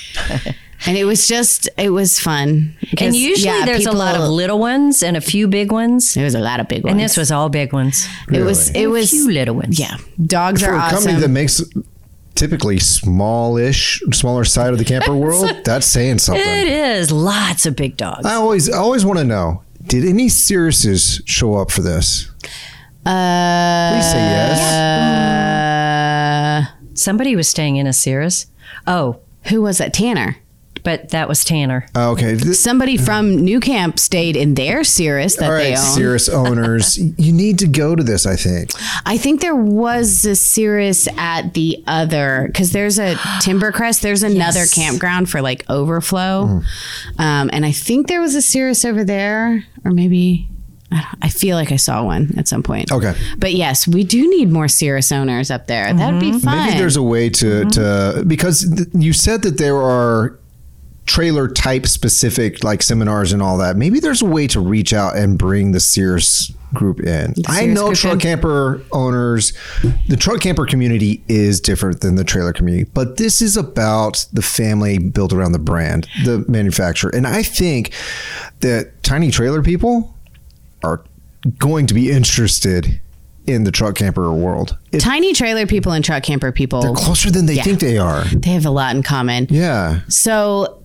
[SPEAKER 1] and it was just, it was fun.
[SPEAKER 3] And
[SPEAKER 1] because,
[SPEAKER 3] usually
[SPEAKER 1] yeah,
[SPEAKER 3] there's a lot of
[SPEAKER 1] people-
[SPEAKER 3] little ones and a few big ones.
[SPEAKER 1] There was a lot of big ones.
[SPEAKER 3] And this was all big ones.
[SPEAKER 1] it was, it
[SPEAKER 3] A few
[SPEAKER 1] was,
[SPEAKER 3] little ones.
[SPEAKER 1] yeah. Dogs
[SPEAKER 2] For
[SPEAKER 1] are
[SPEAKER 2] a
[SPEAKER 1] awesome.
[SPEAKER 2] company that makes typically smallish, smaller side of the camper world, that's saying something.
[SPEAKER 3] It is lots of big dogs.
[SPEAKER 2] I always, I always want to know: Did any Cirruses show up for this?
[SPEAKER 1] uh,
[SPEAKER 2] Please say yes.
[SPEAKER 3] Somebody was staying in a Cirrus. Oh,
[SPEAKER 1] who was that? Tanner.
[SPEAKER 3] but that was Tanner.
[SPEAKER 2] Oh, okay. This,
[SPEAKER 1] Somebody from New Camp stayed in their Cirrus that
[SPEAKER 2] all
[SPEAKER 1] they own.
[SPEAKER 2] right, Cirrus owners, you need to go to this. I think.
[SPEAKER 1] I think there was a Cirrus at the other because there's a Timbercrest. There's another campground for like overflow,
[SPEAKER 2] Mm.
[SPEAKER 1] um, and I think there was a Cirrus over there, or maybe I, don't, I feel like I saw one at some point.
[SPEAKER 2] Okay.
[SPEAKER 1] but yes, we do need more Cirrus owners up there. That'd be fun.
[SPEAKER 2] Maybe there's a way to
[SPEAKER 1] Mm-hmm.
[SPEAKER 2] to because th- you said that there are trailer type specific like seminars and all that. Maybe there's a way to reach out and bring the Sears group in. I
[SPEAKER 1] Sears
[SPEAKER 2] know
[SPEAKER 1] group
[SPEAKER 2] truck
[SPEAKER 1] in.
[SPEAKER 2] camper owners, the truck camper community is different than the trailer community, but this is about the family built around the brand, the manufacturer. And I think that tiny trailer people are going to be interested in the truck camper world. If
[SPEAKER 1] Tiny trailer people and truck camper people,
[SPEAKER 2] closer than they think they are.
[SPEAKER 1] they have a lot in common.
[SPEAKER 2] Yeah.
[SPEAKER 1] So,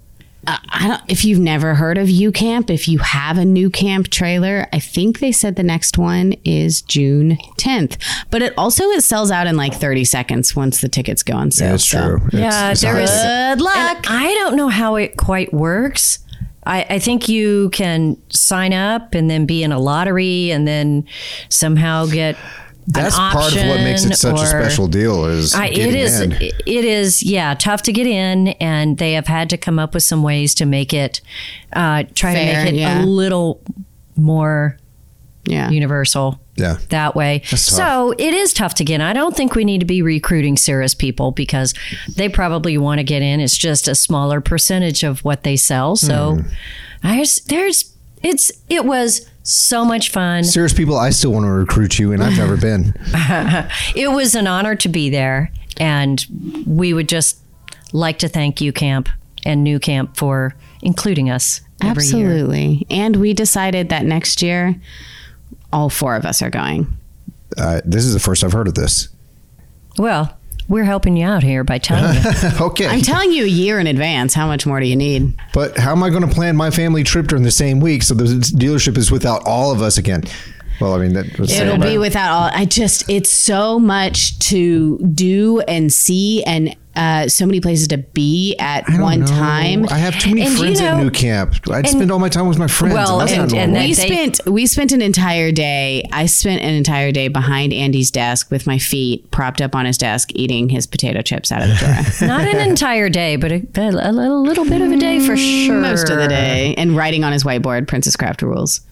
[SPEAKER 1] uh, I don't. If you've never heard of U Camp, if you have a new camp trailer, I think they said the next one is June 10th. But it also it sells out in like 30 seconds once the tickets go on sale.
[SPEAKER 2] That's
[SPEAKER 1] so
[SPEAKER 2] true.
[SPEAKER 3] Yeah,
[SPEAKER 2] a
[SPEAKER 3] there
[SPEAKER 2] hot
[SPEAKER 1] Good
[SPEAKER 2] ticket.
[SPEAKER 3] is- And
[SPEAKER 1] luck.
[SPEAKER 3] I don't know how it quite works. I, I think you can sign up and then be in a lottery and then somehow get
[SPEAKER 2] That's part of what makes it such a
[SPEAKER 3] or-
[SPEAKER 2] special deal. Is
[SPEAKER 3] I, it
[SPEAKER 2] getting
[SPEAKER 3] is
[SPEAKER 2] in.
[SPEAKER 3] it is yeah tough to get in, and they have had to come up with some ways to make it uh, try
[SPEAKER 1] Fair,
[SPEAKER 3] to make it
[SPEAKER 1] yeah.
[SPEAKER 3] a little more
[SPEAKER 1] Yeah.
[SPEAKER 3] universal
[SPEAKER 2] yeah.
[SPEAKER 3] that way.
[SPEAKER 2] tough.
[SPEAKER 3] So it is tough to get in. I don't think we need to be recruiting serious people because they probably want to get in. It's just a smaller percentage of what they sell. So I just, there's it's it was so much fun.
[SPEAKER 2] Serious people, I still want to recruit you, and I've never been.
[SPEAKER 3] It was an honor to be there, and we would just like to thank you camp and new camp for including us every year.
[SPEAKER 1] Absolutely. And we decided that next year, all four of us are going.
[SPEAKER 2] Uh, this is the first I've heard of this.
[SPEAKER 3] Well, we're helping you out here by telling you.
[SPEAKER 2] okay.
[SPEAKER 1] I'm telling you a year in advance. How much more do you need?
[SPEAKER 2] But how am I going to plan my family trip during the same week so the dealership is without all of us again? Well, I mean, that was
[SPEAKER 1] It'll be without all. I just, it's so much to do and see and uh, so many places to be at
[SPEAKER 2] I don't
[SPEAKER 1] one
[SPEAKER 2] know.
[SPEAKER 1] time.
[SPEAKER 2] I have too many
[SPEAKER 3] And you
[SPEAKER 2] friends at
[SPEAKER 3] know-
[SPEAKER 2] New Camp. I'd spend all my time with my friends.
[SPEAKER 3] Well,
[SPEAKER 2] that's
[SPEAKER 3] and-
[SPEAKER 2] not
[SPEAKER 3] and
[SPEAKER 2] normal.
[SPEAKER 3] that
[SPEAKER 1] we
[SPEAKER 3] they-
[SPEAKER 1] spent we spent an entire day. I spent an entire day behind Andy's desk with my feet propped up on his desk, eating his potato chips out of the drawer
[SPEAKER 3] Not an entire day, but a, a, a little bit of a day for sure.
[SPEAKER 1] most of the day, and writing on his whiteboard, Princess Craft rules.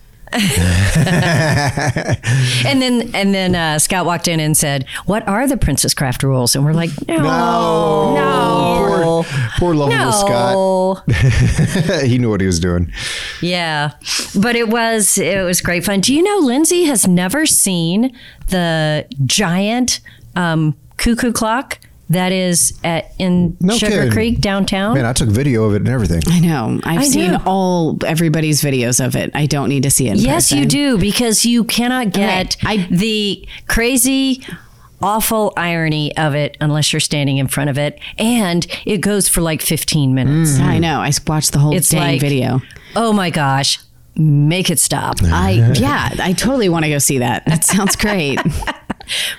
[SPEAKER 3] And then and then uh, Scott walked in and said, "What are the Princess Craft rules?" And we're like, "No,
[SPEAKER 2] No.
[SPEAKER 3] no,
[SPEAKER 2] Poor lovable Scott.
[SPEAKER 3] no."
[SPEAKER 2] he knew what he was doing.
[SPEAKER 3] Yeah, but it was it was great fun. Do you know Lindsay has never seen the giant um, cuckoo clock that is at in
[SPEAKER 2] No
[SPEAKER 3] Sugar
[SPEAKER 2] kidding.
[SPEAKER 3] Creek downtown?
[SPEAKER 2] Man, I took video of it and everything.
[SPEAKER 1] I know. I've
[SPEAKER 3] I
[SPEAKER 1] seen
[SPEAKER 3] know.
[SPEAKER 1] all everybody's videos of it. I don't need to see it. In
[SPEAKER 3] Yes, you
[SPEAKER 1] person.
[SPEAKER 3] do because you cannot get
[SPEAKER 1] I-
[SPEAKER 3] the crazy, awful irony of it unless you're standing in front of it, and it goes for like 15
[SPEAKER 2] Mm.
[SPEAKER 3] minutes.
[SPEAKER 1] I know. I watched the whole
[SPEAKER 3] It's
[SPEAKER 1] dang
[SPEAKER 3] like-
[SPEAKER 1] video.
[SPEAKER 3] Oh my gosh, make it stop!
[SPEAKER 1] I yeah. I totally want to go see that. That sounds great.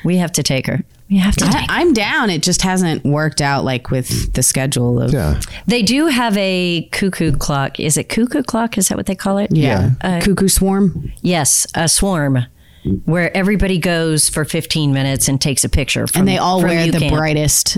[SPEAKER 3] We have to take her. We have to.
[SPEAKER 1] I, I'm down. It just hasn't worked out like with the schedule of
[SPEAKER 2] Yeah.
[SPEAKER 3] They do have a cuckoo clock. Is it cuckoo clock? Is that what they call it?
[SPEAKER 1] yeah.
[SPEAKER 3] Uh,
[SPEAKER 1] cuckoo swarm.
[SPEAKER 3] Yes, a swarm. Where everybody goes for 15 minutes and takes a picture. From,
[SPEAKER 1] and they all
[SPEAKER 3] from
[SPEAKER 1] wear the
[SPEAKER 3] UCamp.
[SPEAKER 1] brightest,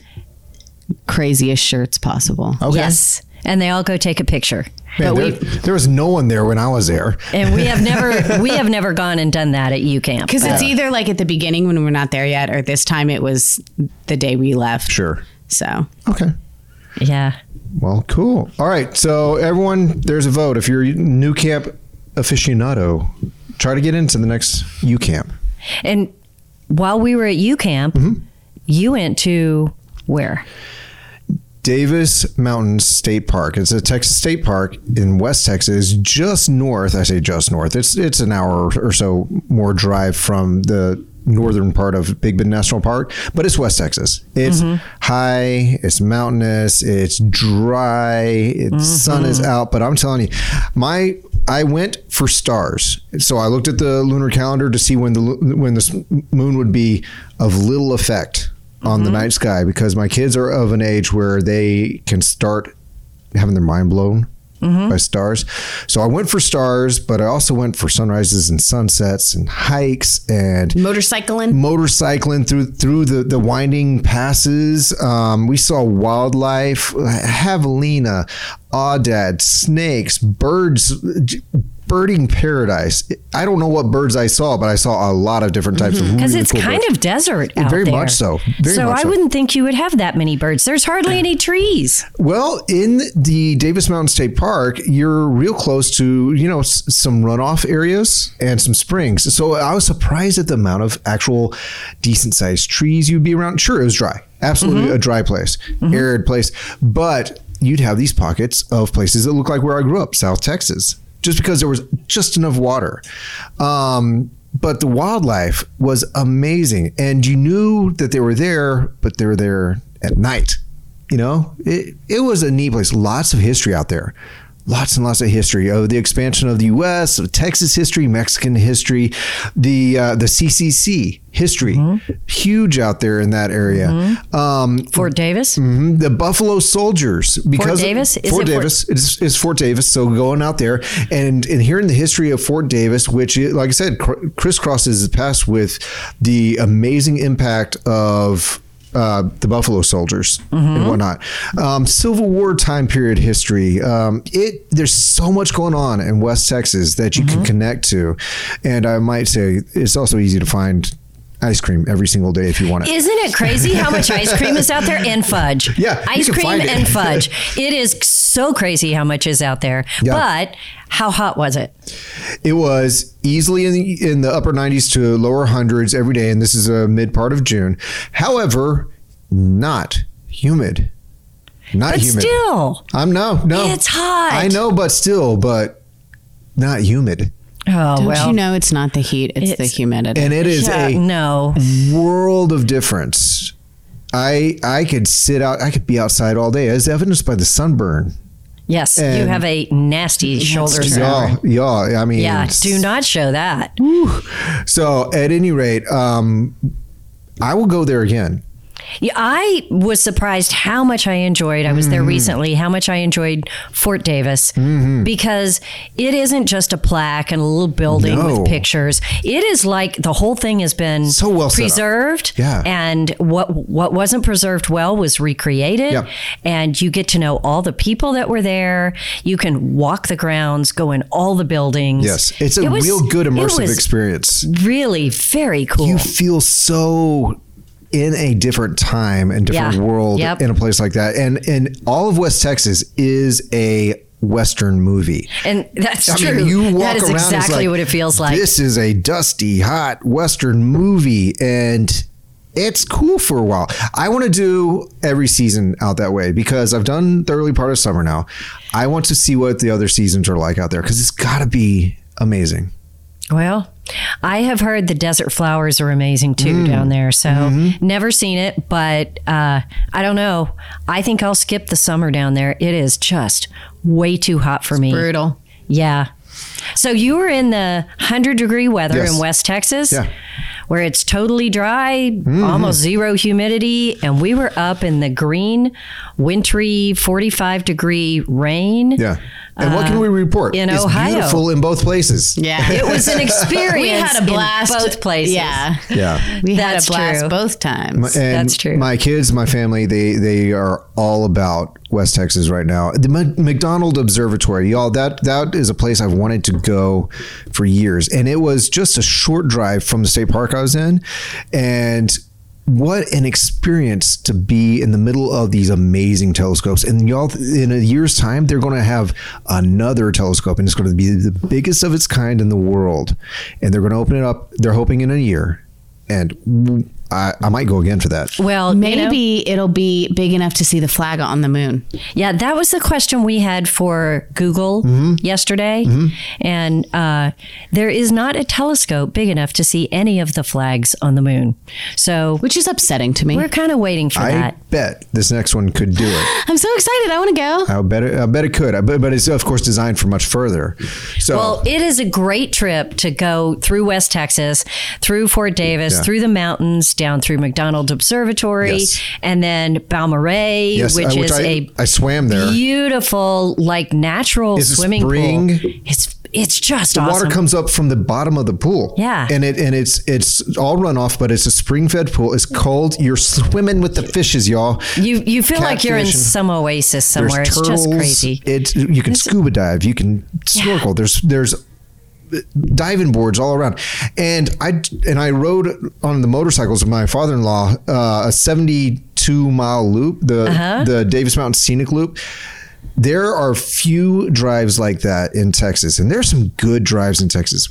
[SPEAKER 1] craziest shirts possible.
[SPEAKER 3] Oh,
[SPEAKER 2] Okay.
[SPEAKER 3] Yes. And they all go take a picture.
[SPEAKER 2] Man,
[SPEAKER 1] But
[SPEAKER 2] there, there was no one there when I was there.
[SPEAKER 3] and we have never we have never gone and done that at UCamp.
[SPEAKER 1] Because it's either like at the beginning when we're not there yet, or this time it was the day we left.
[SPEAKER 2] Sure.
[SPEAKER 1] So
[SPEAKER 2] Okay.
[SPEAKER 3] yeah,
[SPEAKER 2] Well, cool. All right. So everyone, there's a vote. If you're a new camp aficionado, try to get into the next U camp.
[SPEAKER 3] and while we were at UCamp,
[SPEAKER 1] Mm-hmm.
[SPEAKER 3] you went to where?
[SPEAKER 2] Davis Mountain State Park. It's a Texas state park in West Texas, just north. I say just north. It's it's an hour or so more drive from the northern part of Big Bend National Park, but it's West Texas. It's high, it's mountainous, it's dry, it's sun is out, but I'm telling you, my I went for stars. So I looked at the lunar calendar to see when the lu- when the s- moon would be of little effect on the night sky because my kids are of an age where they can start having their mind blown by stars. So I went for stars, but I also went for sunrises and sunsets and hikes and
[SPEAKER 1] motorcycling.
[SPEAKER 2] motorcycling through through the the winding passes. Um, we saw wildlife, javelina, audad, snakes, birds. j- Birding paradise. I don't know what birds I saw, but I saw a lot of different types of
[SPEAKER 3] Because
[SPEAKER 2] really
[SPEAKER 3] it's
[SPEAKER 2] cool
[SPEAKER 3] kind
[SPEAKER 2] birds.
[SPEAKER 3] of desert out
[SPEAKER 2] very
[SPEAKER 3] there.
[SPEAKER 2] much so. Very
[SPEAKER 3] so
[SPEAKER 2] much
[SPEAKER 3] I
[SPEAKER 2] so.
[SPEAKER 3] wouldn't think you would have that many birds. There's hardly any trees.
[SPEAKER 2] Well, in the Davis Mountain State Park, you're real close to, you know, s- some runoff areas and some springs. So I was surprised at the amount of actual decent sized trees you'd be around. Sure, it was dry, absolutely a dry place, arid place, but you'd have these pockets of places that look like where I grew up, South Texas, just because there was just enough water. Um, but the wildlife was amazing. And you knew that they were there, but they were there at night you know it, it was a neat place lots of history out there lots and lots of history of the expansion of the U.S., of Texas history, Mexican history, the uh, the CCC history, huge out there in that area. Um,
[SPEAKER 3] Fort Davis.
[SPEAKER 2] Mhm. The Buffalo Soldiers because
[SPEAKER 3] Davis? Is
[SPEAKER 2] Fort
[SPEAKER 3] it Fort-
[SPEAKER 2] Davis it's, it's Fort Davis. So going out there and and hearing the history of Fort Davis, which is, like I said, cr- crisscrosses the past with the amazing impact of. Uh, the Buffalo Soldiers
[SPEAKER 3] Mm-hmm.
[SPEAKER 2] and whatnot, um, Civil War time period history. Um, it there's so much going on in West Texas that you
[SPEAKER 3] Mm-hmm.
[SPEAKER 2] can connect to, and I might say it's also easy to find ice cream every single day if you want it.
[SPEAKER 3] Isn't it crazy how much ice cream is out there and fudge?
[SPEAKER 2] Yeah, you
[SPEAKER 3] ice
[SPEAKER 2] can
[SPEAKER 3] cream
[SPEAKER 2] find it.
[SPEAKER 3] and fudge. It is so crazy how much is out there.
[SPEAKER 2] Yeah.
[SPEAKER 3] But how hot was it?
[SPEAKER 2] It was easily in the, in the upper 90s to lower hundreds every day, and this is a mid part of June. However, not humid. Not
[SPEAKER 3] But
[SPEAKER 2] humid.
[SPEAKER 3] still,
[SPEAKER 2] I'm no, no.
[SPEAKER 3] It's hot.
[SPEAKER 2] I know, but still, but not humid.
[SPEAKER 3] oh
[SPEAKER 1] Don't
[SPEAKER 3] well.
[SPEAKER 1] you know it's not the heat, it's, the
[SPEAKER 3] It's-
[SPEAKER 1] humidity.
[SPEAKER 2] And it is
[SPEAKER 3] Yeah, no.
[SPEAKER 2] a world of difference. I I could sit out, I could be outside all day, as evidenced by the sunburn.
[SPEAKER 3] Yes, you
[SPEAKER 2] and-
[SPEAKER 3] have a nasty shoulder. surgery.
[SPEAKER 2] Y'all, y'all, I mean,
[SPEAKER 3] Yeah, do not show that.
[SPEAKER 2] So, at any rate, um, I will go there again.
[SPEAKER 3] Yeah, I was surprised how much I enjoyed. I was
[SPEAKER 2] Mm.
[SPEAKER 3] there recently. How much I enjoyed Fort Davis
[SPEAKER 2] Mm-hmm.
[SPEAKER 3] because it isn't just a plaque and a little building
[SPEAKER 2] No.
[SPEAKER 3] with pictures. It is like the whole thing has been
[SPEAKER 2] So well set up.
[SPEAKER 3] preserved.
[SPEAKER 2] Yeah.
[SPEAKER 3] and what what wasn't preserved well was recreated.
[SPEAKER 2] Yep.
[SPEAKER 3] And you get to know all the people that were there. You can walk the grounds, go in all the buildings.
[SPEAKER 2] Yes, it's a
[SPEAKER 3] It was-
[SPEAKER 2] real good
[SPEAKER 3] it
[SPEAKER 2] immersive
[SPEAKER 3] was
[SPEAKER 2] experience.
[SPEAKER 3] Really, very cool.
[SPEAKER 2] You feel so in a different time and different
[SPEAKER 3] Yeah.
[SPEAKER 2] world
[SPEAKER 3] Yep.
[SPEAKER 2] in a place like that, and and all of West Texas is a western movie.
[SPEAKER 3] And that's
[SPEAKER 2] I
[SPEAKER 3] true.
[SPEAKER 2] mean, you walk
[SPEAKER 3] that is
[SPEAKER 2] around it's
[SPEAKER 3] exactly
[SPEAKER 2] like,
[SPEAKER 3] what it feels like.
[SPEAKER 2] This is a dusty, hot western movie, and it's cool for a while. I want to do every season out that way because I've done the early part of summer now. I want to see what the other seasons are like out there because it's got to be amazing.
[SPEAKER 3] Well, I have heard the desert flowers are amazing too
[SPEAKER 2] Mm.
[SPEAKER 3] down there. So
[SPEAKER 2] Mm-hmm.
[SPEAKER 3] never seen it, but uh, I don't know. I think I'll skip the summer down there. It is just way too hot for me.
[SPEAKER 1] brutal.
[SPEAKER 3] Yeah. So you were in the 100 degree weather
[SPEAKER 2] Yes.
[SPEAKER 3] in West Texas.
[SPEAKER 2] Yeah. Mm-hmm.
[SPEAKER 3] Where it's totally dry, almost zero humidity, and we were up in the green, wintry, forty-five degree rain.
[SPEAKER 2] Yeah. And what can we report?
[SPEAKER 3] Uh, in
[SPEAKER 2] it's
[SPEAKER 3] Ohio.
[SPEAKER 2] beautiful in both places.
[SPEAKER 1] Yeah.
[SPEAKER 3] It was an experience.
[SPEAKER 1] we had a blast.
[SPEAKER 3] in both places.
[SPEAKER 1] Yeah.
[SPEAKER 2] Yeah.
[SPEAKER 1] We
[SPEAKER 3] That's
[SPEAKER 1] had a blast
[SPEAKER 3] true.
[SPEAKER 1] both times.
[SPEAKER 2] And
[SPEAKER 3] That's true.
[SPEAKER 2] My kids, my family, they they are all about West Texas right now. The Mc- McDonald Observatory, y'all, that that is a place I've wanted to go for years, and it was just a short drive from the state park I was in, and. What an experience to be in the middle of these amazing telescopes. And y'all, in a year's time, they're going to have another telescope and it's going to be the biggest of its kind in the world. And they're going to open it up, they're hoping in a year. And I, I might go again for that.
[SPEAKER 3] Well, you know-
[SPEAKER 1] Maybe it'll be big enough to see the flag on the moon.
[SPEAKER 3] yeah, that was the question we had for Google
[SPEAKER 2] Mm-hmm.
[SPEAKER 3] yesterday. And uh, there is not a telescope big enough to see any of the flags on the moon. So
[SPEAKER 1] which is upsetting to me.
[SPEAKER 3] we're kind of waiting for
[SPEAKER 2] I
[SPEAKER 3] that.
[SPEAKER 2] bet this next one could do it.
[SPEAKER 1] I'm so excited. I want to go.
[SPEAKER 2] I bet it. I bet it could. I bet, but it's of course designed for much further. So
[SPEAKER 3] Well, it is a great trip to go through West Texas, through Fort Davis,
[SPEAKER 2] Yeah.
[SPEAKER 3] through the mountains, down through McDonald Observatory,
[SPEAKER 2] Yes.
[SPEAKER 3] and then Balmoray,
[SPEAKER 2] yes,
[SPEAKER 3] which
[SPEAKER 2] I,
[SPEAKER 3] is
[SPEAKER 2] I,
[SPEAKER 3] a
[SPEAKER 2] I swam there.
[SPEAKER 3] beautiful, like natural
[SPEAKER 2] Is it
[SPEAKER 3] swimming pool.
[SPEAKER 2] spring?
[SPEAKER 3] It's it's just
[SPEAKER 2] The
[SPEAKER 3] awesome.
[SPEAKER 2] Water comes up from the bottom of the pool.
[SPEAKER 3] Yeah.
[SPEAKER 2] and it and it's it's all runoff, but it's a spring-fed pool. It's cold. You're swimming with the fishes, y'all.
[SPEAKER 3] you you feel like you're in
[SPEAKER 2] catfish and-
[SPEAKER 3] some oasis
[SPEAKER 2] There's
[SPEAKER 3] somewhere. It's
[SPEAKER 2] turtles.
[SPEAKER 3] just crazy.
[SPEAKER 2] It's you can scuba dive. You can snorkel. There's there's diving boards all around. And I and I rode on the motorcycles with my father-in-law uh, a 72 mile loop, the
[SPEAKER 3] Uh-huh.
[SPEAKER 2] the Davis Mountain Scenic Loop. There are few drives like that in Texas, and there's some good drives in Texas,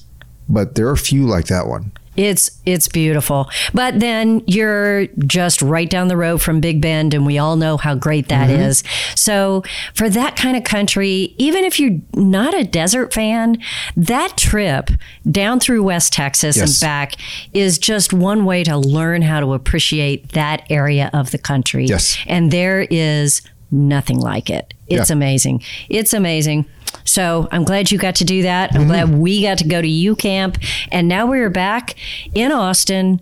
[SPEAKER 2] but there are few like that one.
[SPEAKER 3] It's it's beautiful. But then you're just right down the road from Big Bend and we all know how great that
[SPEAKER 2] Mm-hmm.
[SPEAKER 3] is. So for that kind of country, even if you're not a desert fan, that trip down through West Texas
[SPEAKER 2] Yes.
[SPEAKER 3] and back is just one way to learn how to appreciate that area of the country.
[SPEAKER 2] Yes.
[SPEAKER 3] And there is nothing like it. It's
[SPEAKER 2] Yeah.
[SPEAKER 3] amazing. It's amazing. So I'm glad you got to do that. I'm glad we got to go to U Camp. And now we're back in Austin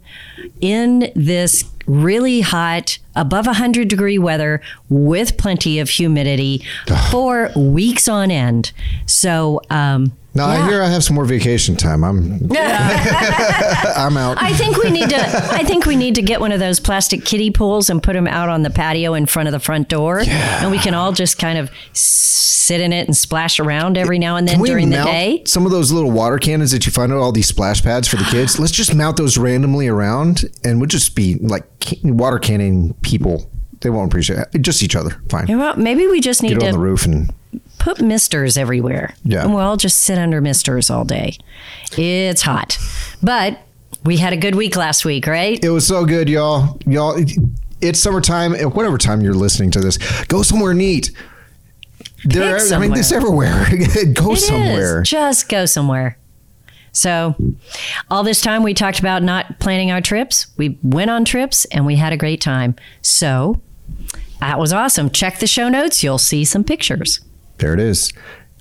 [SPEAKER 3] in this really hot, above 100 degree weather with plenty of humidity for weeks on end. So, um,
[SPEAKER 2] Now I hear I have some more vacation time. I'm I'm out.
[SPEAKER 3] I think we need to. I think we need to get one of those plastic kiddie pools and put them out on the patio in front of the front door, and we can all just kind of sit in it and splash around every now and then
[SPEAKER 2] we
[SPEAKER 3] during the
[SPEAKER 2] mount
[SPEAKER 3] day.
[SPEAKER 2] Some of those little water cannons that you find out all these splash pads for the kids. Let's just mount those randomly around, and we'll just be like can- water cannon people. They won't appreciate it. Just each other. Fine.
[SPEAKER 3] You know what? Maybe we just need
[SPEAKER 2] Get on the
[SPEAKER 3] to
[SPEAKER 2] roof and
[SPEAKER 3] put misters everywhere,
[SPEAKER 2] Yeah.
[SPEAKER 3] and we'll all just sit under misters all day. It's hot, but we had a good week last week, right?
[SPEAKER 2] it was so good, y'all. Y'all, it's summertime. At whatever time you're listening to this, go somewhere neat. There,
[SPEAKER 3] Pick
[SPEAKER 2] I mean, it's everywhere. go
[SPEAKER 3] It is.
[SPEAKER 2] somewhere.
[SPEAKER 3] Just go somewhere. So, all this time we talked about not planning our trips. We went on trips and we had a great time. So, that was awesome. Check the show notes. You'll see some pictures.
[SPEAKER 2] There it is.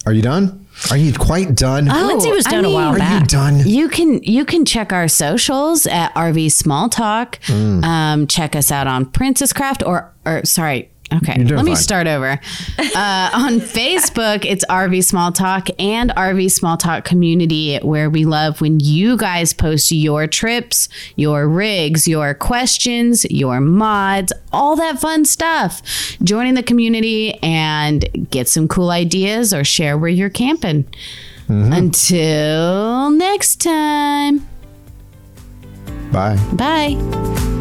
[SPEAKER 2] Are you done? Are you quite done?
[SPEAKER 3] Lindsay was
[SPEAKER 1] I
[SPEAKER 3] done a while
[SPEAKER 1] mean-
[SPEAKER 2] Oh, Are
[SPEAKER 3] Oh, back.
[SPEAKER 2] you done?
[SPEAKER 1] You can you can check our socials at RV Small Talk. Um, check us out on Princess Craft or or sorry. Okay, let
[SPEAKER 2] doing
[SPEAKER 1] me
[SPEAKER 2] fine.
[SPEAKER 1] start over. Uh, on Facebook, it's RV Small Talk and RV Small Talk Community, where we love when you guys post your trips, your rigs, your questions, your mods, all that fun stuff. Joining the community and get some cool ideas or share where you're camping. Until next time.
[SPEAKER 2] Bye.
[SPEAKER 1] Bye.